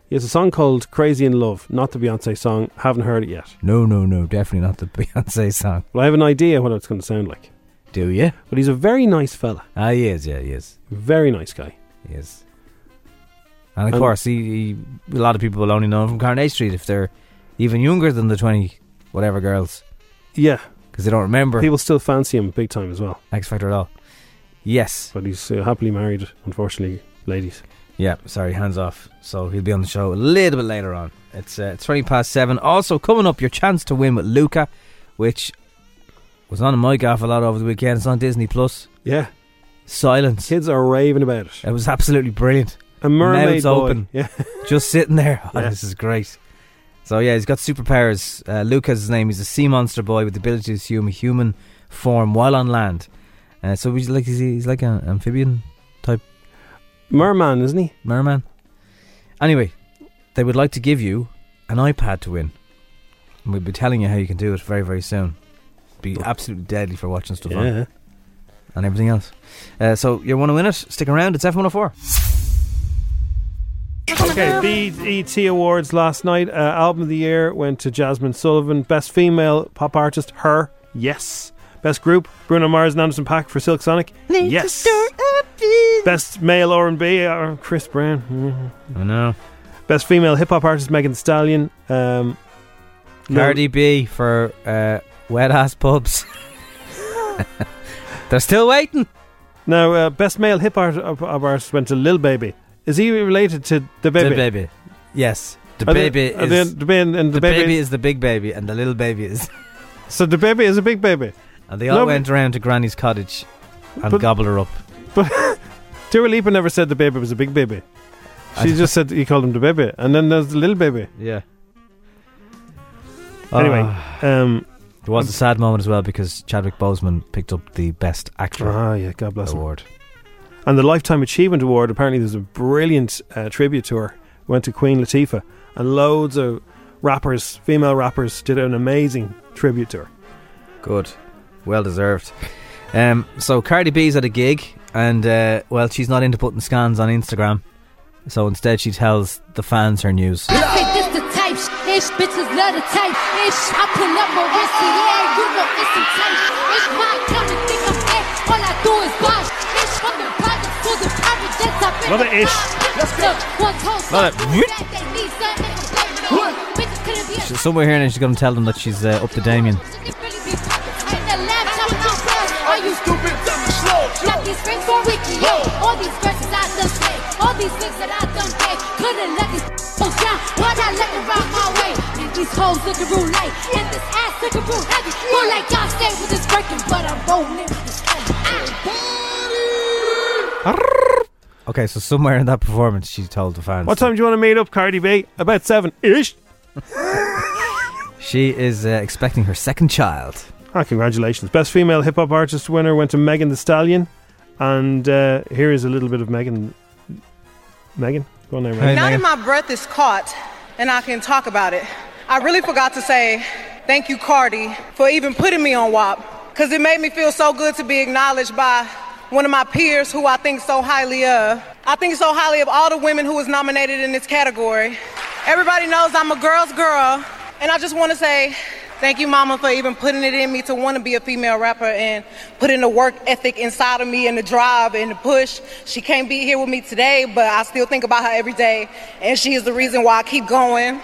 Speaker 4: He has a song called "Crazy in Love," not the Beyonce song. Haven't heard it yet.
Speaker 5: No, no, no, definitely not the Beyonce song.
Speaker 4: Well, I have an idea what it's going to sound like.
Speaker 5: Do you?
Speaker 4: But he's a very nice fella.
Speaker 5: Ah, he is, yeah, he is.
Speaker 4: Very nice guy.
Speaker 5: He is. And of
Speaker 4: And-
Speaker 5: course, he, he, a lot of people will only know him from Carnage Street if they're even younger than the 20 whatever girls.
Speaker 4: Yeah.
Speaker 5: Because they don't remember
Speaker 4: People still fancy him big time as well.
Speaker 5: X Factor at all. Yes.
Speaker 4: But he's uh, happily married, unfortunately, ladies.
Speaker 5: Yeah, sorry, hands off. So he'll be on the show a little bit later on. It's uh, 20 past 7. Also, coming up, your chance to win with Luca, which was on my gaff a lot over the weekend. It's on Disney Plus.
Speaker 4: Yeah.
Speaker 5: Silence.
Speaker 4: Kids are raving about it.
Speaker 5: It was absolutely brilliant.
Speaker 4: A mermaid
Speaker 5: Mouths
Speaker 4: boy.
Speaker 5: open.
Speaker 4: Yeah.
Speaker 5: Just sitting there. Oh,
Speaker 4: Yeah.
Speaker 5: This is great. So, yeah, he's got superpowers. Uh, Luca's his name. He's a sea monster boy with the ability to assume a human form while on land. Uh, so he's like, he's, he's like an amphibian type
Speaker 4: Merman, isn't he?
Speaker 5: Merman. Anyway, they would like to give you an iPad to win. And we'll be telling you how you can do it very, very soon. Be absolutely deadly for watching stuff on
Speaker 4: Yeah.
Speaker 5: and everything else. Uh, so you want to win it? Stick around. It's F104.
Speaker 4: Okay, BET Awards last night. Uh, album of the year went to Jasmine Sullivan. Best female pop artist, her. Yes. Best group, Bruno Mars and Anderson Pack for Silk Sonic. Yes. Best male R&B, uh, Chris Brown. Mhm.
Speaker 5: I know.
Speaker 4: Best female hip hop artist, Megan Thee Stallion. Um, no-
Speaker 5: Cardi B for uh, wet ass pubs. They're still waiting.
Speaker 4: Now, uh, best male hip hop artist went to Lil Baby. Is he related to the baby?
Speaker 5: baby. Yes. The
Speaker 4: Are they-
Speaker 5: baby
Speaker 4: are
Speaker 5: is
Speaker 4: they- the baby and the baby-
Speaker 5: is the big baby, and the little baby is.
Speaker 4: So the baby is a big baby.
Speaker 5: And they all
Speaker 4: No, but-
Speaker 5: went around to Granny's cottage and
Speaker 4: But-
Speaker 5: gobbled her up.
Speaker 4: But Dua Lipa never said the baby was a big baby.
Speaker 5: I
Speaker 4: She
Speaker 5: know.
Speaker 4: just said he called him the baby, and then there's the little baby.
Speaker 5: Yeah.
Speaker 4: Anyway,
Speaker 5: um, it was a sad moment as well because Chadwick Boseman picked up the Best Actor.
Speaker 4: Ah, yeah, God bless him.
Speaker 5: award.
Speaker 4: And the Lifetime Achievement Award, apparently there's a brilliant uh, tribute to her. Went to Queen Latifah. And loads of rappers, female rappers, did an amazing tribute to her.
Speaker 5: Good. Well deserved. Um, so Cardi B's at a gig, and uh, well, she's not into putting scans on Instagram. So instead, she tells the fans her news.
Speaker 12: Okay, this the type. sh- Ish, bitches love the type. Ish, I pull up on Rissy, yeah, you know it's some type. Ish, my come to think I'm it. All I do is watch. Ish, from the project to the project, that's I've been.
Speaker 4: Love it, Ish.
Speaker 12: Let's go. One toast.
Speaker 5: Love it.
Speaker 12: That they need something to play with. Bitches couldn't be a
Speaker 5: She's somewhere here, and she's going to tell them that she's uh, up to Damien.
Speaker 12: in the laptop and I'm fresh. Are you stupid? Slow. Got these rings for Ricky, yo. All these verses I done played. All these things that I done gave. Couldn't let these hoes down. Why'd I let them ride my way? And these hoes looking real light. And this ass looking real heavy. More like y'all stay with this breaking, but I'm rolling it. with this heavy.
Speaker 5: Okay, so somewhere in that performance, she told the fans.
Speaker 4: What time do you want to meet up, Cardi B? About seven ish.
Speaker 5: She is uh, expecting her second child.
Speaker 4: Ah, congratulations. Best female hip hop artist winner went to Megan the Stallion. And uh, here is a little bit of Megan. Megan? Go on there, Megan.
Speaker 13: now that my breath is caught and I can talk about it, I really forgot to say thank you, Cardi, for even putting me on WAP because it made me feel so good to be acknowledged by one of my peers who I think so highly of. I think so highly of all the women who was nominated in this category. Everybody knows I'm a girl's girl, and I just want to say thank you, Mama, for even putting it in me to want to be a female rapper and putting the work ethic inside of me and the drive and the push. She can't be here with me today, but I still think about her every day, and she is the reason why I keep going.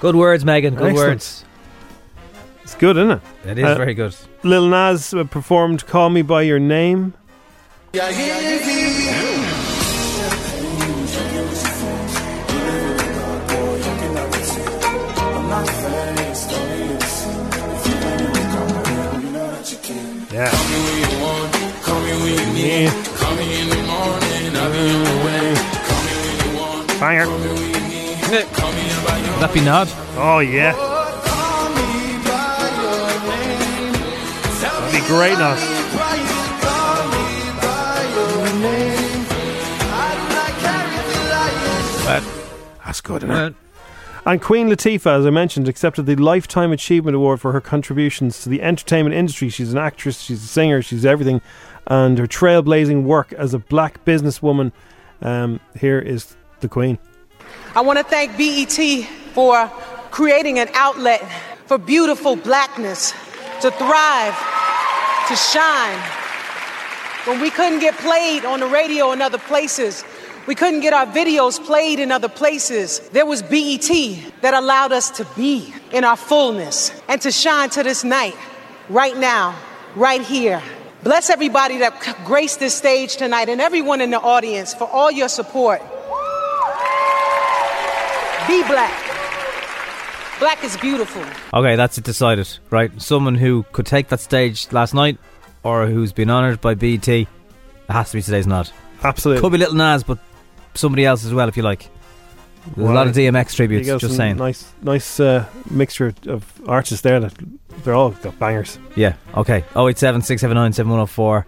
Speaker 5: Good words, Megan. Good
Speaker 4: Excellent.
Speaker 5: words.
Speaker 4: It's good, isn't it?
Speaker 5: It is very good.
Speaker 4: Lil Nas uh, performed Call Me By Your Name.
Speaker 7: Yeah. Call me when you want, call me when you need. Call me in the morning, I'll be on the way. Call me when you want,
Speaker 4: Banger.
Speaker 7: call me when you need. Call me about your
Speaker 5: That be Nod.
Speaker 4: Oh, yeah. That'd be great, Nas. That's good, isn't it? And Queen Latifah, as I mentioned, accepted the Lifetime Achievement Award for her contributions to the entertainment industry. She's an actress, she's a singer, she's everything. And her trailblazing work as a black businesswoman. Um, here is the Queen.
Speaker 13: I want to thank BET for creating an outlet for beautiful blackness to thrive, to shine. When we couldn't get played on the radio in other places, we couldn't get our videos played in other places, there was BET that allowed us to be in our fullness and to shine to this night, right now, right here. Bless everybody that c- graced this stage tonight and everyone in the audience for all your support. Be black. Black is beautiful.
Speaker 5: Okay, that's it decided, right? Someone who could take that stage last night or who's been honoured by BT, it has to be today's Nod.
Speaker 4: Absolutely.
Speaker 5: Could be Little Nas, but somebody else as well if you like. There's a lot of DMX tributes,
Speaker 4: You got
Speaker 5: just
Speaker 4: some
Speaker 5: saying.
Speaker 4: Nice, nice uh, mixture of artists there. That they're all got bangers.
Speaker 5: Yeah, okay. 087 679 7104.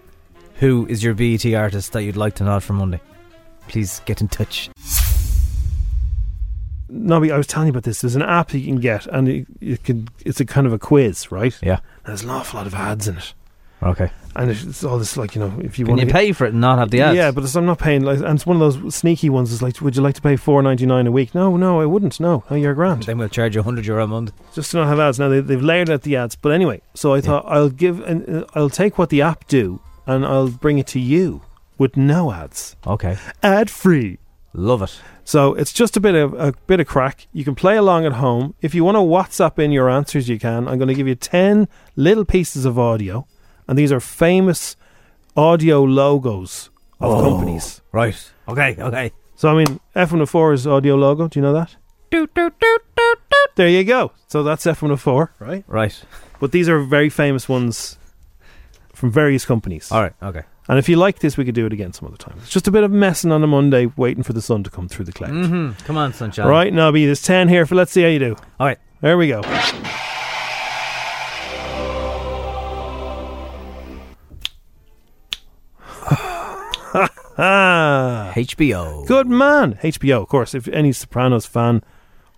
Speaker 5: Who is your BET artist that you'd like to nod for Monday? Please get in touch.
Speaker 4: Nobby, I was telling you about this. There's an app you can get, and it, it can, it's a kind of a quiz, right?
Speaker 5: Yeah.
Speaker 4: There's an awful lot of ads in it,
Speaker 5: Okay.
Speaker 4: and it's it's all this like you know if you
Speaker 5: Can
Speaker 4: want
Speaker 5: you pay for it and not have the ads?
Speaker 4: Yeah, but it's, I'm not paying. Like, and it's one of those sneaky ones. It's like, would you like to pay four ninety nine a week? No, no, I wouldn't. No, no, you're a grand.
Speaker 5: Then we'll charge you 100 euro a month.
Speaker 4: just to not have ads. Now they, they've layered out the ads, but anyway. So I thought I'll give, an, uh, I'll take what the app do, and I'll bring it to you with no ads.
Speaker 5: Okay.
Speaker 4: Ad free.
Speaker 5: Love it.
Speaker 4: So it's just a bit of a bit of crack. You can play along at home. If you want to WhatsApp in your answers, you can. I'm going to give you ten little pieces of audio, and these are famous audio logos of
Speaker 5: Oh,
Speaker 4: companies.
Speaker 5: Right. Okay, okay.
Speaker 4: So I mean, F104 is audio logo. Do you know that? There you go. So that's F104, right?
Speaker 5: Right.
Speaker 4: But these are very famous ones from various companies. All
Speaker 5: right. Okay.
Speaker 4: And if you like this, we could do it again some other time. It's just a bit of messing on a Monday, waiting for the sun to come through the cloud.
Speaker 5: hmm Come on, sunshine.
Speaker 4: All right, Nobby, there's 10 here for let's see how you do.
Speaker 5: All right.
Speaker 4: There we go.
Speaker 5: HBO.
Speaker 4: Good man. HBO, of course. If any Sopranos fan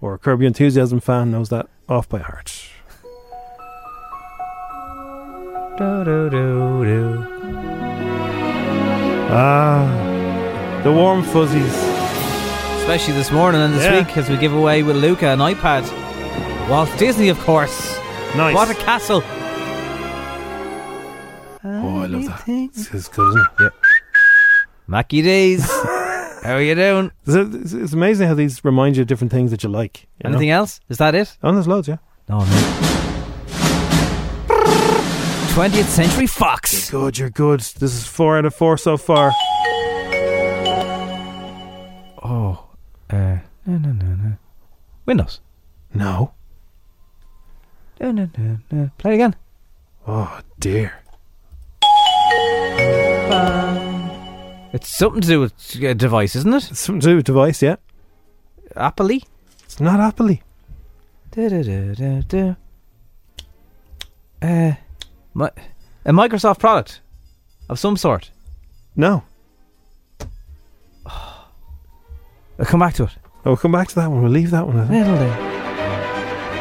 Speaker 4: or Curb Your Enthusiasm fan knows that off by heart.
Speaker 5: Do, do, do, do.
Speaker 4: Ah, the warm fuzzies.
Speaker 5: Especially this morning and this
Speaker 4: Yeah.
Speaker 5: week as we give away with Luca an iPad. Walt Disney, of course.
Speaker 4: Nice.
Speaker 5: What a castle.
Speaker 4: Oh, I love that. It's it's good, isn't it?
Speaker 5: Yep. Mackie D's. How are you doing?
Speaker 4: It's, it's amazing how these remind you of different things that you like. You
Speaker 5: Anything else? Is that it?
Speaker 4: Oh, there's loads, yeah.
Speaker 5: No, no. 20th Century Fox.
Speaker 4: You're good, you're good. This is four out of four so far.
Speaker 5: Oh. Uh, no, no, no, no. Windows.
Speaker 4: No.
Speaker 5: No, no, no, no. Play it again.
Speaker 4: Oh, dear.
Speaker 5: It's something to do with a device, isn't it?
Speaker 4: It's something to do with device, yeah.
Speaker 5: Apple
Speaker 4: It's not Apple.
Speaker 5: Uh, mi- Uh, a Microsoft product of some sort.
Speaker 4: No.
Speaker 5: I'll come back to it.
Speaker 4: Oh, we'll come back to that one. We'll leave that one. I think.
Speaker 5: Little day.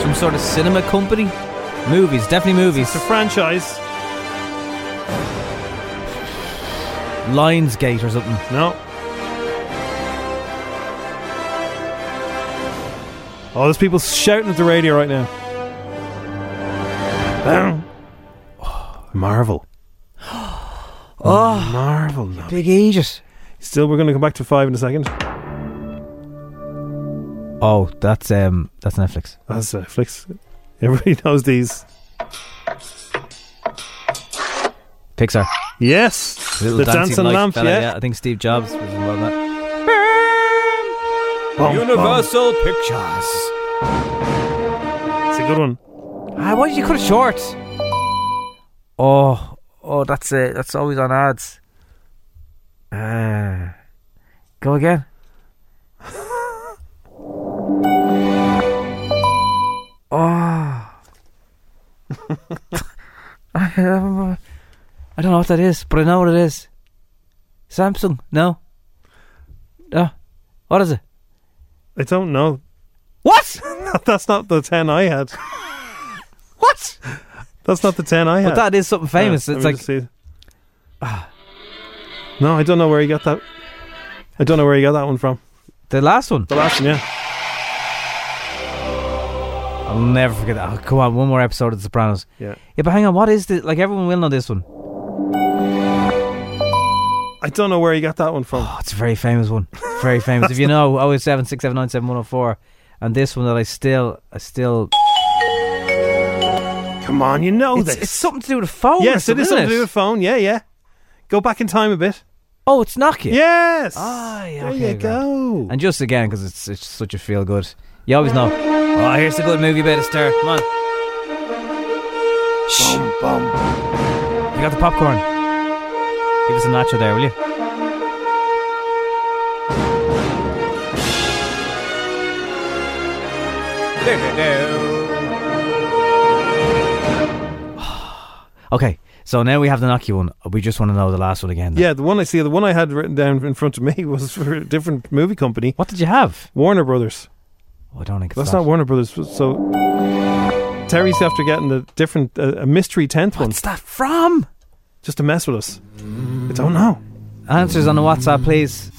Speaker 5: Some sort of cinema company? Movies, definitely movies.
Speaker 4: It's a franchise.
Speaker 5: Lionsgate or something.
Speaker 4: No. Oh, there's people shouting at the radio right now. Ahem. Marvel.
Speaker 5: Oh,
Speaker 4: Marvel. no.
Speaker 5: Big Aegis.
Speaker 4: Still, we're going to come back to five in a second.
Speaker 5: Oh, that's um, that's Netflix.
Speaker 4: That's Netflix. uh, Everybody knows these.
Speaker 5: Pixar.
Speaker 4: Yes.
Speaker 5: Little
Speaker 4: the
Speaker 5: dancing
Speaker 4: Dancing
Speaker 5: light
Speaker 4: Lamp,
Speaker 5: fella,
Speaker 4: yeah.
Speaker 5: I think Steve Jobs was involved in that.
Speaker 4: Bum,
Speaker 5: Pictures.
Speaker 4: bum. It's a good one.
Speaker 5: Ah, why did you cut it short? Oh, oh, that's it. That's always on ads. Uh, go again. oh. I don't know what that is, but I know what it is. Samsung? No. No. What is it?
Speaker 4: I don't know.
Speaker 5: What?
Speaker 4: That's not the 10 I had.
Speaker 5: What?
Speaker 4: That's not the 10 I had.
Speaker 5: But that is something
Speaker 4: Yeah,
Speaker 5: famous.
Speaker 4: let
Speaker 5: it's
Speaker 4: me
Speaker 5: like
Speaker 4: just see. No, I don't know where he got that. I don't know where he got that one from.
Speaker 5: the last one.
Speaker 4: The last one, yeah.
Speaker 5: I'll never forget that. Oh, come on, one more episode of The Sopranos.
Speaker 4: Yeah.
Speaker 5: Yeah, but hang on, what is this? Like, everyone will know this one. Oh,
Speaker 4: I don't know where he got that one from.
Speaker 5: Oh, it's a very famous one. It's very famous. if you know, 087 679 7104. And this one that I still, I still.
Speaker 4: Come on, you know
Speaker 5: it's,
Speaker 4: this.
Speaker 5: it's something to do with a phone.
Speaker 4: Oh, yes,
Speaker 5: or
Speaker 4: it is
Speaker 5: isn't
Speaker 4: something to do with phone. Yeah, yeah. Go back in time a bit.
Speaker 5: Oh, it's Nokia.
Speaker 4: Yes.
Speaker 5: Ah, yeah,
Speaker 4: There
Speaker 5: okay,
Speaker 4: you
Speaker 5: right.
Speaker 4: go.
Speaker 5: And just again, because it's, it's such a feel good. You always know. Oh, here's a good movie bit of stir. Come on. Shh. You got the popcorn. Give us a nacho there, will you? okay, so now we have the Nokia one. We just want to know the last one again. then.
Speaker 4: yeah, the one I see, the one I had written down in front of me was for a different movie company,
Speaker 5: What did you have?
Speaker 4: Warner Brothers.
Speaker 5: Oh, I don't think it's
Speaker 4: That's
Speaker 5: that.
Speaker 4: not Warner Brothers. So Terry's after getting a different, uh, a mystery tenth one,
Speaker 5: What's that from?
Speaker 4: just to mess with us. oh, I don't know.
Speaker 5: Answers on the WhatsApp, please.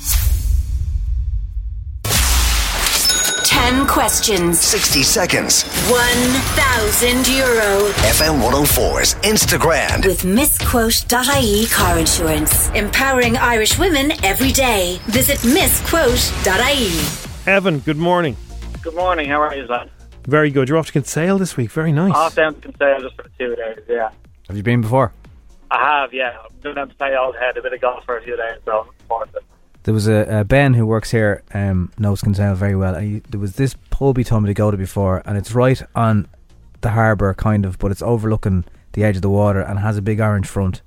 Speaker 6: 10 questions,
Speaker 2: 60 seconds.
Speaker 6: 1,000 euro.
Speaker 2: FM 104's Instagram.
Speaker 6: With misquote.ie E car insurance. Empowering Irish women every day. Visit misquote.ie. E.
Speaker 4: Evan, good morning.
Speaker 14: Good morning. How are you, lad?
Speaker 4: Very good. You're off to Kinsale this week. Very nice.
Speaker 14: Off down to Kinsale just for two days, yeah.
Speaker 5: Have you been before?
Speaker 14: I have, yeah. I'm going down to play old head, a bit of golf for a few days, so I'm looking forward to it.
Speaker 5: There was a, a Ben who works here, um, knows Kinsale very well. And he, there was this pub he told me to go to before, and it's right on the harbour, kind of, but it's overlooking the edge of the water and has a big orange front.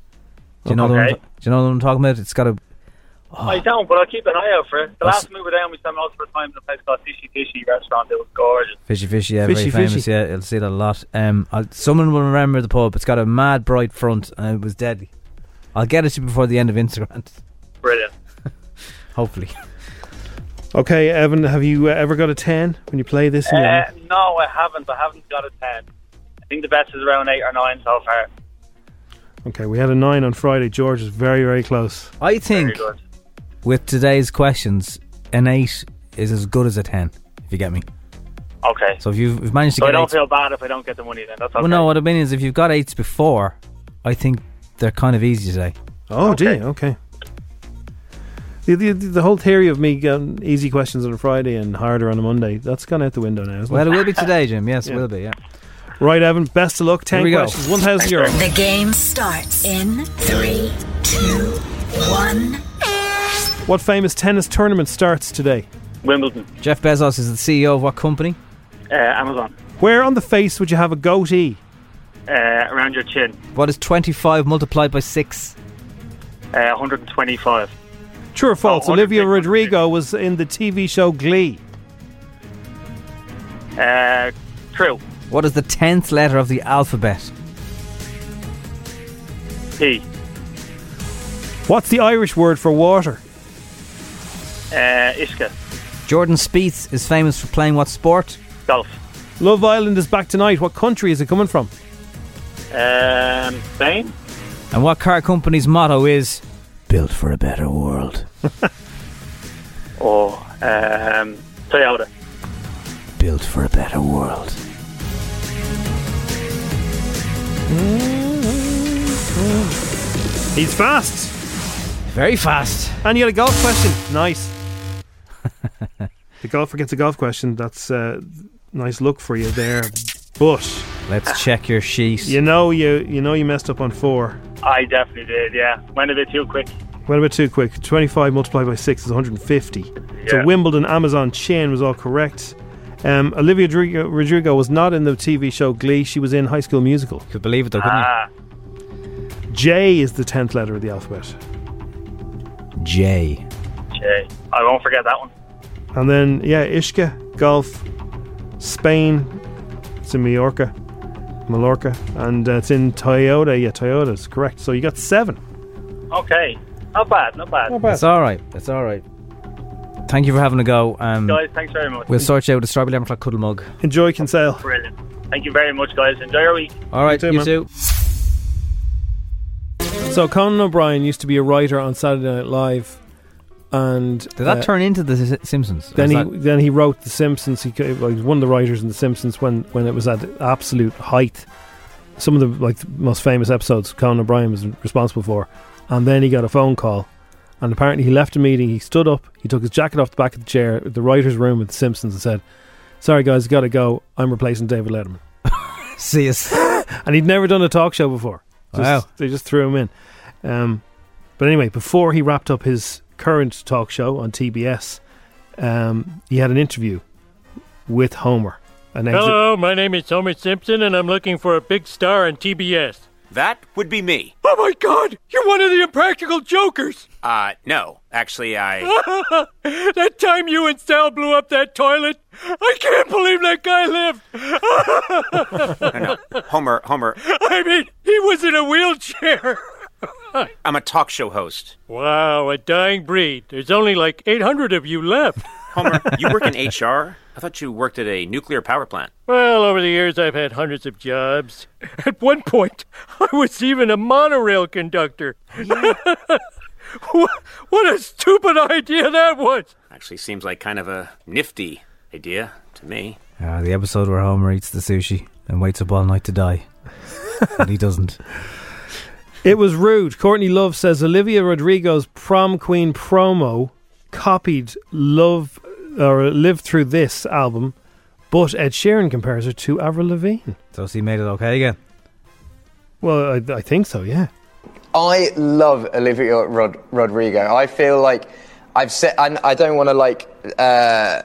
Speaker 5: Do you know the one,
Speaker 14: Okay.
Speaker 5: do you know what I'm talking about? It's got a
Speaker 14: I don't, but I'll keep an eye out for it. The
Speaker 5: Oh,
Speaker 14: last time we were down, we spent multiple times in a place called Tishy Tishy Restaurant. It was gorgeous.
Speaker 5: Fishy Fishy, yeah,
Speaker 14: Fishy
Speaker 5: very famous.
Speaker 14: Fishy.
Speaker 5: Yeah, you'll see that a lot. Um, I'll, someone will remember the pub. It's got a mad bright front, and it was deadly. I'll get it to you before the end of Instagram,
Speaker 14: Brilliant.
Speaker 5: hopefully.
Speaker 4: Okay, Evan, have you uh, ever got a 10 when you play this? in your
Speaker 14: Uh,
Speaker 4: life?
Speaker 14: no, I haven't. I haven't got a 10. I think the best is around 8 or 9 so far.
Speaker 4: okay, we had a 9 on Friday. George is very, very close.
Speaker 5: I think
Speaker 14: good.
Speaker 5: with today's questions, an eight is as good as a ten. If you get me.
Speaker 14: Okay.
Speaker 5: So if you've, if you've managed to
Speaker 14: So I
Speaker 5: get
Speaker 14: don't
Speaker 5: eights,
Speaker 14: feel bad if I don't get the money then. That's okay.
Speaker 5: well, no, what I mean is if you've got eights before, I think they're kind of easy today.
Speaker 4: Oh, gee, okay. The, the, the whole theory of me getting easy questions on a Friday and harder on a Monday, that's gone out the window now, isn't
Speaker 5: Well,
Speaker 4: it?
Speaker 5: it will be today, Jim. Yes, it
Speaker 4: Yeah.
Speaker 5: will be. Yeah.
Speaker 4: Right, Evan, best of luck. 10
Speaker 5: we go.
Speaker 4: questions, 1,000 euro.
Speaker 6: The game starts in three, two, one.
Speaker 4: What famous tennis tournament starts today?
Speaker 14: Wimbledon,
Speaker 5: Jeff Bezos is the CEO of what company?
Speaker 14: uh, Amazon,
Speaker 4: Where on the face would you have a goatee?
Speaker 14: uh, around your chin,
Speaker 5: What is twenty-five multiplied by six?
Speaker 14: uh, 125.
Speaker 4: True or false? Olivia Rodrigo was in the TV show Glee.
Speaker 14: Uh, true.
Speaker 5: What is the tenth letter of the alphabet?
Speaker 14: P.
Speaker 4: What's the Irish word for water?
Speaker 14: Uh, Ishka.
Speaker 5: Jordan Spieth is famous for playing what sport?
Speaker 14: Golf.
Speaker 4: Love Island is back tonight. What country is it coming from?
Speaker 14: Um, Spain.
Speaker 5: And what car company's motto is "Built for a better world"?
Speaker 14: Or um, Toyota.
Speaker 5: Built for a better world.
Speaker 4: He's fast.
Speaker 5: Very fast.
Speaker 4: And you had a golf question. Nice. the golfer gets a golf question. That's uh, nice look for you there. But
Speaker 5: let's check your sheet.
Speaker 4: You know you you know you messed up on four.
Speaker 14: I definitely did, yeah. Went a bit too quick.
Speaker 4: Went a bit too quick. Twenty five multiplied by six is one hundred and fifty. So
Speaker 14: Yeah.
Speaker 4: Wimbledon, Amazon, Chin was all correct. Um, Olivia Rodrigo, Rodrigo was not in the TV show Glee. She was in High School Musical.
Speaker 5: Could believe it though, couldn't
Speaker 14: Ah,
Speaker 4: you? J is the tenth letter of the alphabet.
Speaker 5: J.
Speaker 14: Jay. I won't forget that one.
Speaker 4: And then, yeah, Ishka, golf, Spain, it's in Mallorca, Mallorca, and uh, it's in Toyota. Yeah, Toyota's correct. So you got seven.
Speaker 14: Okay. Not bad, not bad.
Speaker 5: It's all right. It's all right. Thank you for having a go. Um,
Speaker 14: Guys, thanks very much.
Speaker 5: We'll sort you out a strawberry lemon clock cuddle mug.
Speaker 4: Enjoy Kinsale.
Speaker 14: Brilliant. Thank you very much, guys. Enjoy your week.
Speaker 5: All right, you too.
Speaker 4: So Conan O'Brien used to be a writer on Saturday Night Live, and uh,
Speaker 5: Did that turn into the S- Simpsons? Or
Speaker 4: Then
Speaker 5: is
Speaker 4: he
Speaker 5: that-
Speaker 4: then he wrote The Simpsons. He, co- like, was one of the writers in The Simpsons when when it was at absolute height. Some of the like the most famous episodes Conan O'Brien was responsible for, and then he got a phone call, and apparently he left a meeting. He stood up, he took his jacket off the back of the chair, the writers' room at The Simpsons, and said, "Sorry guys, got to go. I'm replacing David Letterman."
Speaker 5: See us.
Speaker 4: and he'd never done a talk show before. Just-
Speaker 5: Wow.
Speaker 4: They just threw him in. Um, but anyway, before he wrapped up his current talk show on TBS, um, he had an interview with Homer. An exit-
Speaker 15: Hello, my name is Homer Simpson, and I'm looking for a big star on TBS.
Speaker 16: That would be me.
Speaker 15: Oh my god, you're one of the impractical jokers!
Speaker 16: Uh, no. Actually, I.
Speaker 15: that time you and Sal blew up that toilet, I can't believe that guy lived!
Speaker 16: No, no. Homer, Homer,
Speaker 15: I mean, he was in a wheelchair!
Speaker 16: I'm a talk show host.
Speaker 15: Wow, a dying breed. There's only like 800 of you left.
Speaker 16: Homer, you work in HR? I thought you worked at a nuclear power plant.
Speaker 15: Well, over the years, I've had hundreds of jobs. At one point, I was even a monorail conductor. Wha- what a stupid idea that was!
Speaker 16: Actually, seems like kind of a nifty idea to me.
Speaker 5: Ah, the episode where Homer eats the sushi and waits up all night to die, and he doesn't.
Speaker 4: It was rude. Courtney Love says Olivia Rodrigo's prom queen promo copied Love or Live Through This album, But Ed Sheeran compares her to Avril Lavigne.
Speaker 5: So she made it okay again.
Speaker 4: Well, I, I think so, yeah.
Speaker 17: I love Olivia Rod- Rodrigo. I feel like I've said, and I don't want to like, uh,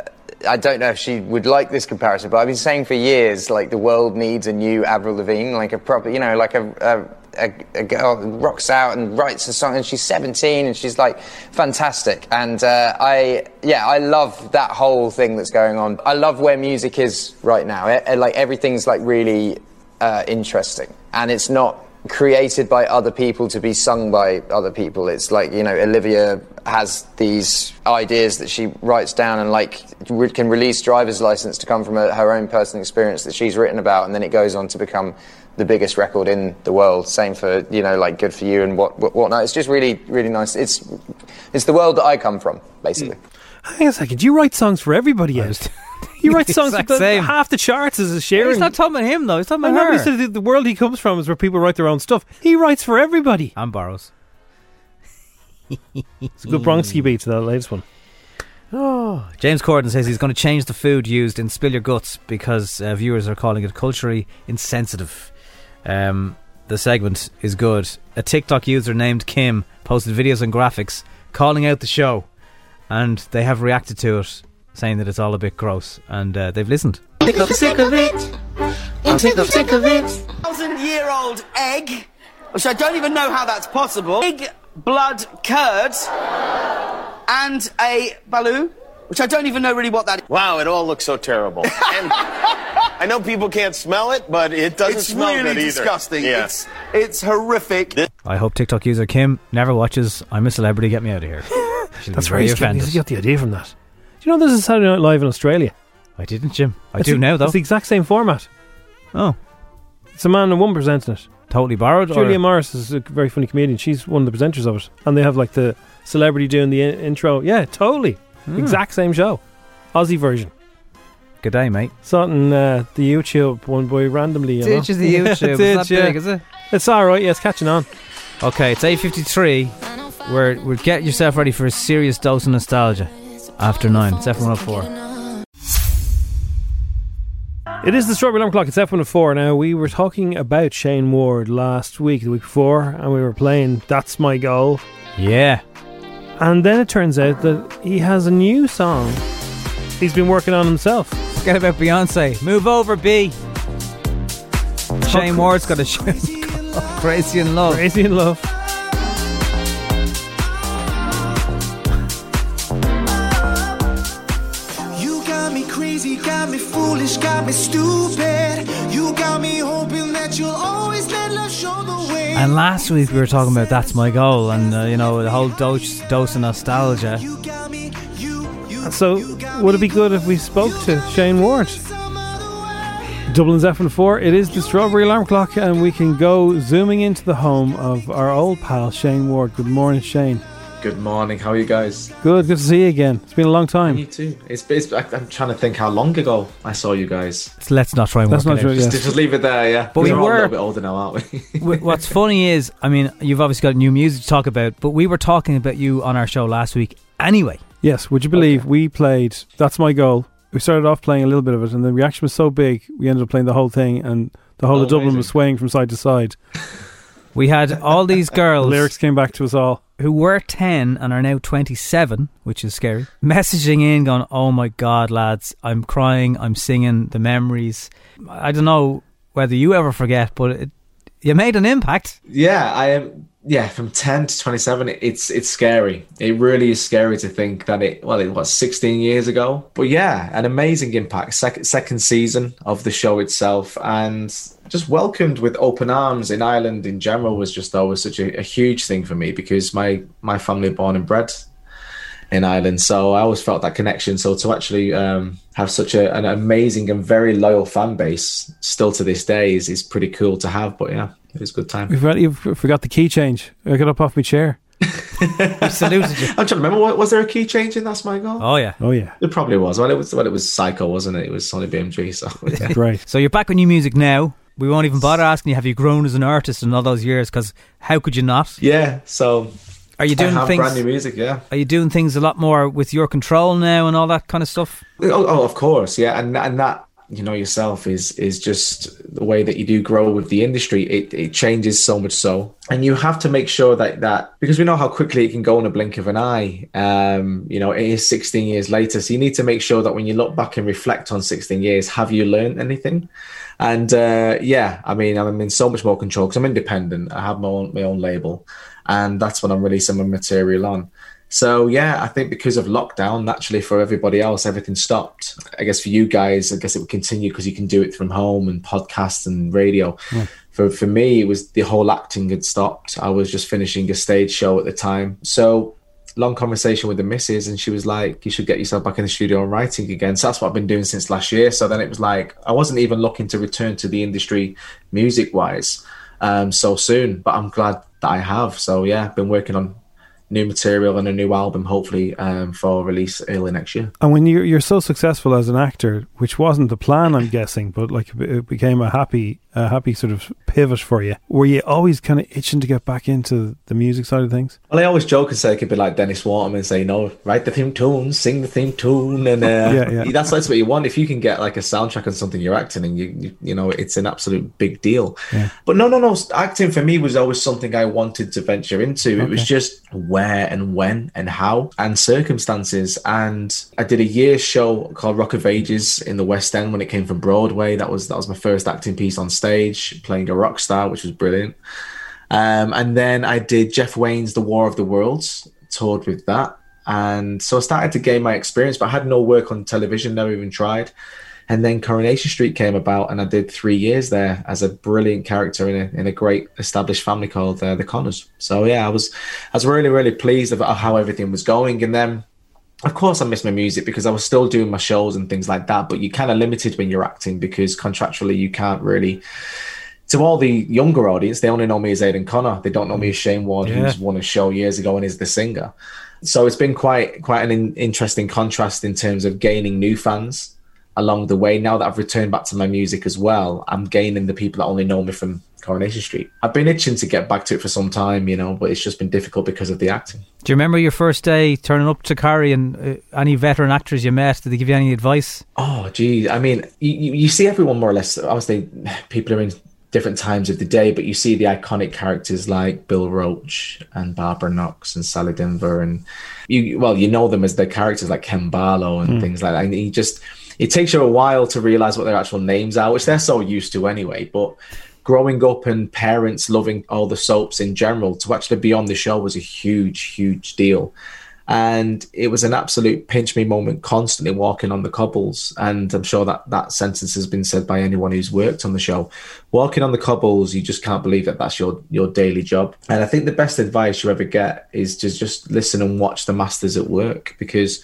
Speaker 17: I don't know if she would like this comparison, but I've been saying for years, like the world needs a new Avril Lavigne, like a proper, you know, like a, a, a, a girl who rocks out and writes a song, and she's 17 and she's like fantastic. And uh, I, yeah, I love that whole thing that's going on. I love where music is right now. Eh, eh, like everything's like really uh, interesting, and it's not created by other people to be sung by other people. It's like, you know, Olivia has these ideas that she writes down and like re- can release driver's license to come from a, her own personal experience that she's written about and then it goes on to become the biggest record in the world. Same for, you know, like Good For You and what, what, whatnot. It's just really, really nice. It's, it's the world that I come from, basically.
Speaker 4: Hang on a second. You write songs for everybody else. You write songs for
Speaker 5: Exact
Speaker 4: the,
Speaker 5: same.
Speaker 4: half the charts is a Sheeran.
Speaker 5: He's not talking about him though. He's talking
Speaker 4: I
Speaker 5: about
Speaker 4: know,
Speaker 5: her.
Speaker 4: he said that the world he comes from is where people write their own stuff. He writes for everybody.
Speaker 5: And borrows.
Speaker 4: It's a
Speaker 5: Mm.
Speaker 4: good Bronski beat to that latest one.
Speaker 5: Oh, James Corden says he's going to change the food used in Spill Your Guts because uh, viewers are calling it culturally insensitive. Um, the segment is good. A TikTok user named Kim posted videos and graphics calling out the show, and they have reacted to it, saying that it's all a bit gross, and uh, they've listened.
Speaker 18: Sick of, sick of it. I'm sick of, sick of it. Thousand year old egg, which I don't even know how that's possible. Big blood curd, and a baloo, which I don't even know really what that is.
Speaker 19: Wow, it all looks so terrible. And I know people can't smell it, but it doesn't
Speaker 18: It's
Speaker 19: smell
Speaker 18: really
Speaker 19: good either.
Speaker 18: disgusting.
Speaker 19: Yeah.
Speaker 18: It's- It's horrific.
Speaker 5: I hope TikTok user Kim never watches I'm a Celebrity, Get Me Out of Here. She'll
Speaker 4: That's
Speaker 5: be very
Speaker 4: very strange.
Speaker 5: offended.
Speaker 4: He's got the idea from that. Do you know there's a Saturday Night Live in Australia?
Speaker 5: I didn't, Jim. I
Speaker 4: It's
Speaker 5: do
Speaker 4: the-
Speaker 5: now, though.
Speaker 4: It's the exact same format.
Speaker 5: Oh.
Speaker 4: It's a man and one presenting it.
Speaker 5: Totally borrowed. or-
Speaker 4: Julia Morris is a very funny comedian. She's one of the presenters of it. And they have like the celebrity doing the in- intro. Yeah, totally.
Speaker 5: Hmm.
Speaker 4: Exact same show. Aussie version.
Speaker 5: Good day, mate.
Speaker 4: Saw it in uh, the YouTube one boy randomly. You
Speaker 5: Did you
Speaker 4: know?
Speaker 5: the
Speaker 4: Yeah,
Speaker 5: YouTube? It's
Speaker 4: did,
Speaker 5: that
Speaker 4: yeah.
Speaker 5: big, is it?
Speaker 4: It's alright, yeah, it's catching on.
Speaker 5: Okay, it's 8.53. We're, we're get yourself ready for a serious dose of nostalgia after 9. It's F104.
Speaker 4: It is the Strawberry Alarm Clock. It's F104. Now, we were talking about Shane Ward last week, the week before, and we were playing That's My Goal.
Speaker 5: Yeah.
Speaker 4: And then it turns out that he has a new song he's been working on himself.
Speaker 5: Forget about Beyonce. Move over, B. Shane Ward's got a show called Crazy in Love.
Speaker 4: Crazy in Love.
Speaker 18: You got me crazy, got me foolish, got me stupid. You got me hoping that you'll always let love show the way.
Speaker 5: And last week we were talking about That's My Goal and, uh, you know, the whole dose, dose of nostalgia.
Speaker 4: So, would it be good if we spoke to Shane Ward? Dublin's F104, it is the Strawberry Alarm Clock, and we can go zooming into the home of our old pal Shane Ward. Good morning, Shane.
Speaker 20: Good morning. How are you guys?
Speaker 4: Good, good to see you again. It's been a long time.
Speaker 20: You too. It's, it's I- I'm trying to think how long ago I saw you guys.
Speaker 5: So let's not try and
Speaker 4: That's
Speaker 5: work
Speaker 4: not
Speaker 5: it out.
Speaker 4: true,
Speaker 20: Just, just leave it there, yeah.
Speaker 5: But we
Speaker 20: We're all a
Speaker 5: were-
Speaker 20: little bit older now, aren't we?
Speaker 5: Wh- What's funny is, I mean, you've obviously got new music to talk about, but we were talking about you on our show last week anyway.
Speaker 4: Yes, would you believe we played That's My Goal? We started off playing a little bit of it, and the reaction was so big, we ended up playing the whole thing, and the whole of Dublin was swaying from side to side.
Speaker 5: We had all these girls.
Speaker 4: Lyrics came back to us all.
Speaker 5: Who were 10 and are now 27, which is scary. Messaging in, going, oh my God, lads, I'm crying, I'm singing, the memories. I don't know whether you ever forget, but it, you made an impact.
Speaker 20: yeah, I am. Yeah, from ten to twenty-seven, it- it's it's scary. It really is scary to think that it. Well, it was sixteen years ago, but yeah, an amazing impact. Second second season of the show itself, and just welcomed with open arms in Ireland in general was just always such a, a huge thing for me because my my family are born and bred in Ireland. So I always felt that connection. So to actually um, have such a, an amazing and very loyal fan base still to this day is, is pretty cool to have. But yeah, it was a good time.
Speaker 4: We forgot, you forgot the key change. I got up off my chair.
Speaker 5: saluted you.
Speaker 20: I'm trying to Oh, remember. wa- Was there a key change in That's My Goal?
Speaker 5: Oh, yeah.
Speaker 4: Oh, yeah.
Speaker 20: It probably was. Well, it was. Well, it was Psycho, wasn't it? It was Sony BMG. So yeah.
Speaker 4: Right.
Speaker 5: So you're back with new music now. We won't even bother asking you, have you grown as an artist in all those years? Because how could you not?
Speaker 20: Yeah. So
Speaker 5: are you
Speaker 20: I
Speaker 5: doing
Speaker 20: have
Speaker 5: things?
Speaker 20: brand new music. Yeah.
Speaker 5: Are you doing things a lot more with your control now and all that kind of stuff?
Speaker 20: Oh, oh, of course, yeah, and and that you know yourself is is just the way that you do grow with the industry it, it changes so much so and you have to make sure that that because we know how quickly it can go in a blink of an eye um you know it is 16 years later so you need to make sure that when you look back and reflect on 16 years have you learned anything and uh yeah i mean i'm in so much more control because i'm independent i have my own my own label and that's what i'm releasing my material on so yeah, I think because of lockdown, naturally for everybody else, everything stopped. I guess for you guys, I guess it would continue because you can do it from home and podcasts and radio.
Speaker 1: Yeah.
Speaker 20: For for me, it was the whole acting had stopped. I was just finishing a stage show at the time. So long conversation with the missus, and she was like, "You should get yourself back in the studio and writing again." So that's what I've been doing since last year. So then it was like I wasn't even looking to return to the industry music wise um, so soon, but I'm glad that I have. So yeah, been working on new material and a new album, hopefully um, for release early next year.
Speaker 4: And when you're you're so successful as an actor, which wasn't the plan, I'm guessing, but like it became a happy, a happy sort of pivot for you. Were you always kind of itching to get back into the music side of things?
Speaker 20: Well, I always joke and say it could be like Dennis Waterman and say, you know, write the theme tune, sing the theme tune, and uh,
Speaker 4: Yeah, yeah.
Speaker 20: that's that's what you want. If you can get like a soundtrack on something you're acting in, you, you you know, it's an absolute big deal.
Speaker 1: Yeah.
Speaker 20: But no, no, no, acting for me was always something I wanted to venture into. It was
Speaker 1: Okay.
Speaker 20: just where and when and how and circumstances. And I did a year show called Rock of Ages in the West End when it came from Broadway. That was that was my first acting piece on stage, playing a rock star, which was brilliant. Um, and then I did Jeff Wayne's The War of the Worlds, toured with that. And so I started to gain my experience, but I had no work on television, never even tried. And then Coronation Street came about, and I did three years there as a brilliant character in a, in a great established family called uh, the Connors. So yeah, I was I was really really pleased about how everything was going. And then, of course, I missed my music because I was still doing my shows and things like that. But you're kind of limited when you're acting because contractually you can't really to all the younger audience, they only know me as Aidan Connor. They don't know me as Shane Ward,
Speaker 1: Yeah.
Speaker 20: who's won a show years ago and is the singer. So it's been quite quite an in- interesting contrast in terms of gaining new fans along the way. Now that I've returned back to my music as well, I'm gaining the people that only know me from Coronation Street. I've been itching to get back to it for some time, you know, but it's just been difficult because of the acting.
Speaker 5: Do you remember your first day turning up to Carrie and uh, any veteran actors you met? Did they give you any advice?
Speaker 20: Oh, geez. I mean, you, you you see everyone more or less. Obviously, people are in different times of the day, but you see the iconic characters like Bill Roach and Barbara Knox and Sally Denver, and you well, you know them as their characters like Ken Barlow and
Speaker 1: Hmm.
Speaker 20: things like that. And you just it takes you a while to realize what their actual names are, which they're so used to anyway. But growing up and parents loving all the soaps in general to actually be on the show was a huge, huge deal and it was an absolute pinch me moment constantly walking on the cobbles and i'm sure that that sentence has been said by anyone who's worked on the show walking on the cobbles you just can't believe that that's your your daily job and i think the best advice you ever get is to just listen and watch the masters at work because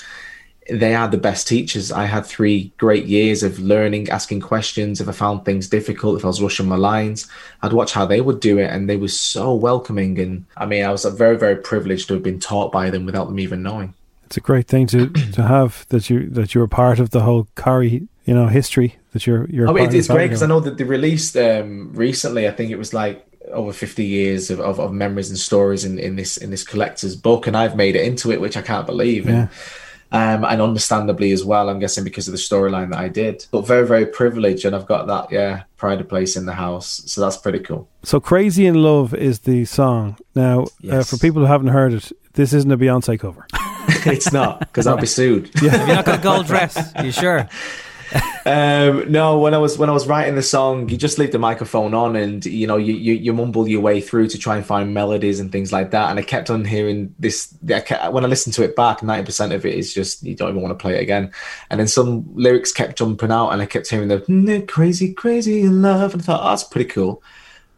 Speaker 20: they are the best teachers. I had three great years of learning, asking questions. If I found things difficult, if I was rushing my lines, I'd watch how they would do it, and they were so welcoming. And I mean, I was uh, very, very privileged to have been taught by them without them even knowing.
Speaker 4: It's a great thing to, to have that you that you're a part of the whole Curry, you know, history that you're you're. a
Speaker 20: Oh,
Speaker 4: part
Speaker 20: it,
Speaker 4: of
Speaker 20: it's
Speaker 4: that,
Speaker 20: great
Speaker 4: you
Speaker 20: because I know that they released um, recently. I think it was like over fifty years of, of, of memories and stories in, in this in this collector's book, and I've made it into it, which I can't believe.
Speaker 1: Yeah.
Speaker 20: And um, and understandably as well, I'm guessing because of the storyline that I did. But very, very privileged, and I've got that yeah pride of place in the house, so that's pretty cool.
Speaker 4: So, Crazy in Love is the song. Now, uh, for people who haven't heard it, this isn't a Beyonce cover.
Speaker 20: it's not, because I'll be sued.
Speaker 5: Have you not got a gold dress? Are you sure?
Speaker 20: um, no, when I was when I was writing the song, you just leave the microphone on, and you know you, you you mumble your way through to try and find melodies and things like that. And I kept on hearing this. I kept, when I listened to it back, ninety percent of it is just you don't even want to play it again. And then some lyrics kept jumping out, and I kept hearing the "Mm, crazy, crazy in love, and I thought oh, that's pretty cool.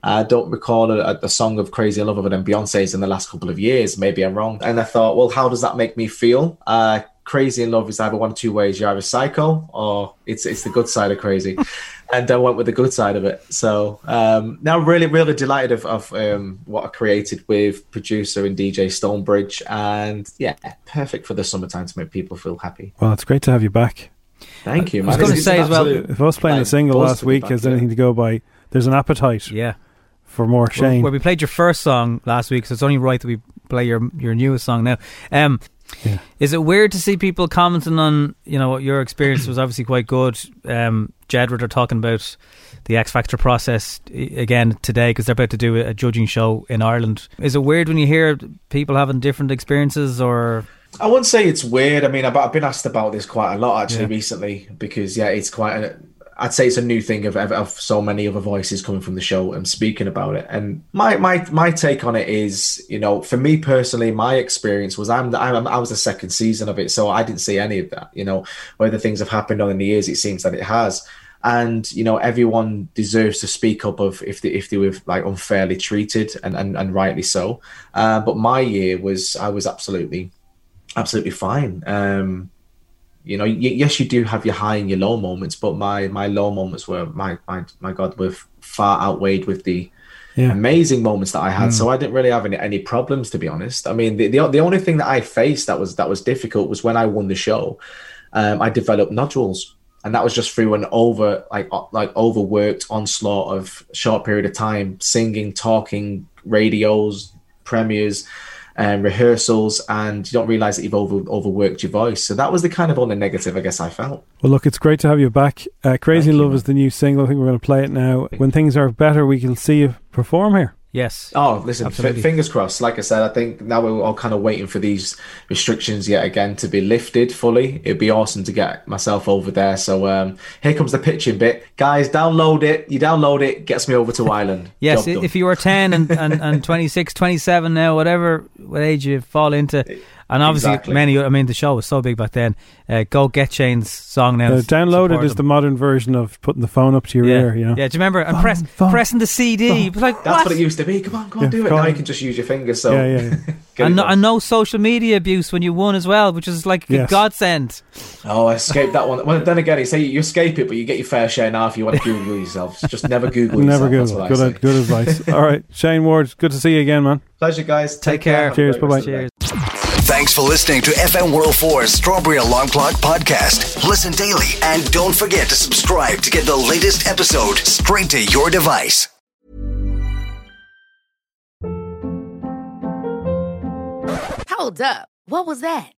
Speaker 20: I don't recall a, a- a song of Crazy in Love other than Beyonce's in the last couple of years. Maybe I'm wrong. And I thought, well, how does that make me feel? Uh, crazy in Love is either one of two ways: you're either psycho or it's it's the good side of crazy. and I went with the good side of it. So um, now, I'm really, really delighted of, of um, what I created with producer and DJ Stonebridge, and yeah, perfect for the summertime to make people feel happy.
Speaker 4: Well, it's great to have you back.
Speaker 20: Thank you.
Speaker 4: I was
Speaker 20: man.
Speaker 4: going to
Speaker 20: It's-
Speaker 4: say
Speaker 20: it's
Speaker 4: as well.
Speaker 20: an absolute
Speaker 4: If I was playing the
Speaker 20: like,
Speaker 4: single
Speaker 20: buzz
Speaker 4: last
Speaker 20: to be
Speaker 4: week,
Speaker 20: back
Speaker 4: is
Speaker 20: here.
Speaker 4: anything to go by? There's an appetite.
Speaker 5: Yeah.
Speaker 4: For more
Speaker 5: Where,
Speaker 4: Shane.
Speaker 5: where we played your first song last week, so it's only right that we play your your newest song now. Um, Is it weird to see people commenting on you know what your experience was obviously quite good? Um, Jedward are talking about the X Factor process i- again today because they're about to do a a judging show in Ireland. Is it weird when you hear people having different experiences or?
Speaker 20: I wouldn't say it's weird. I mean, I've, I've been asked about this quite a lot actually
Speaker 5: Yeah.
Speaker 20: recently because yeah, it's quite. An, I'd say it's a new thing of, of of so many other voices coming from the show and speaking about it. And my my my take on it is, you know, for me personally, my experience was I'm the, I'm I was the second season of it, so I didn't see any of that. You know, whether things have happened on in the years, it seems that it has. And you know, everyone deserves to speak up of if they if they were like unfairly treated and and, and rightly so. Uh, but my year was I was absolutely absolutely fine. Um, you know, y- yes, you do have your high and your low moments, but my my low moments were my my my god were far outweighed with the
Speaker 4: Yeah.
Speaker 20: amazing moments that I had.
Speaker 4: Mm.
Speaker 20: So I didn't really have any, any problems to be honest. I mean, the, the the only thing that I faced that was that was difficult was when I won the show. Um, I developed nodules, and that was just through an over like o- like overworked onslaught of short period of time, singing, talking, radios, premieres and rehearsals and you don't realize that you've over, overworked your voice so that was the kind of only negative i guess i felt
Speaker 4: Well, look, it's great to have you back. Uh, Crazy Love is the new single. I think we're going to play it now. When things are better, we can see you perform here.
Speaker 5: Yes.
Speaker 20: Oh, listen, f-
Speaker 4: Absolutely.
Speaker 20: fingers crossed. Like I said, I think now we're all kind of waiting for these restrictions yet again to be lifted fully. It'd be awesome to get myself over there. So um, here comes the pitching bit. Guys, download it. You download it, gets me over to Ireland.
Speaker 5: Yes,
Speaker 20: Job
Speaker 5: i-
Speaker 20: done.
Speaker 5: if you were 10 and, and, and 26, 27 now, whatever what age you fall into.
Speaker 20: Eh,
Speaker 5: And obviously,
Speaker 4: Exactly.
Speaker 5: many, I mean, the show was so big back then. Uh, Go Get Chain's song now.
Speaker 4: Uh,
Speaker 5: is-
Speaker 4: downloaded
Speaker 5: support
Speaker 4: is the modern version of putting the phone up to your
Speaker 5: Yeah.
Speaker 4: ear. You know,
Speaker 5: Yeah, do you remember? And press, pressing the CD. It was like,
Speaker 20: That's what?
Speaker 5: what
Speaker 20: it used to be. Come on, come on,
Speaker 5: Yeah,
Speaker 20: do it.
Speaker 5: come
Speaker 20: Now
Speaker 5: on.
Speaker 20: you can just use your fingers. So
Speaker 5: Yeah, yeah,
Speaker 20: Get it
Speaker 5: and, no,
Speaker 20: done.
Speaker 5: and no social media abuse when you won as well, which is like a
Speaker 20: Yes.
Speaker 5: godsend.
Speaker 20: Oh, I escaped that one. Well, then again, you say you escape it, but you get your fair share now if you want to Google yourself. Just never Google
Speaker 4: never
Speaker 20: yourself. that's
Speaker 4: Google.
Speaker 20: what I
Speaker 4: Good,
Speaker 20: say.
Speaker 4: good advice. All right, Shane Ward, good to see you again, man.
Speaker 20: Pleasure, guys. Take,
Speaker 4: care. Cheers. Bye bye.
Speaker 2: Thanks for listening to FM World 4's Strawberry Alarm Clock podcast. Listen daily and don't forget to subscribe to get the latest episode straight to your device.
Speaker 21: Hold up. What was that?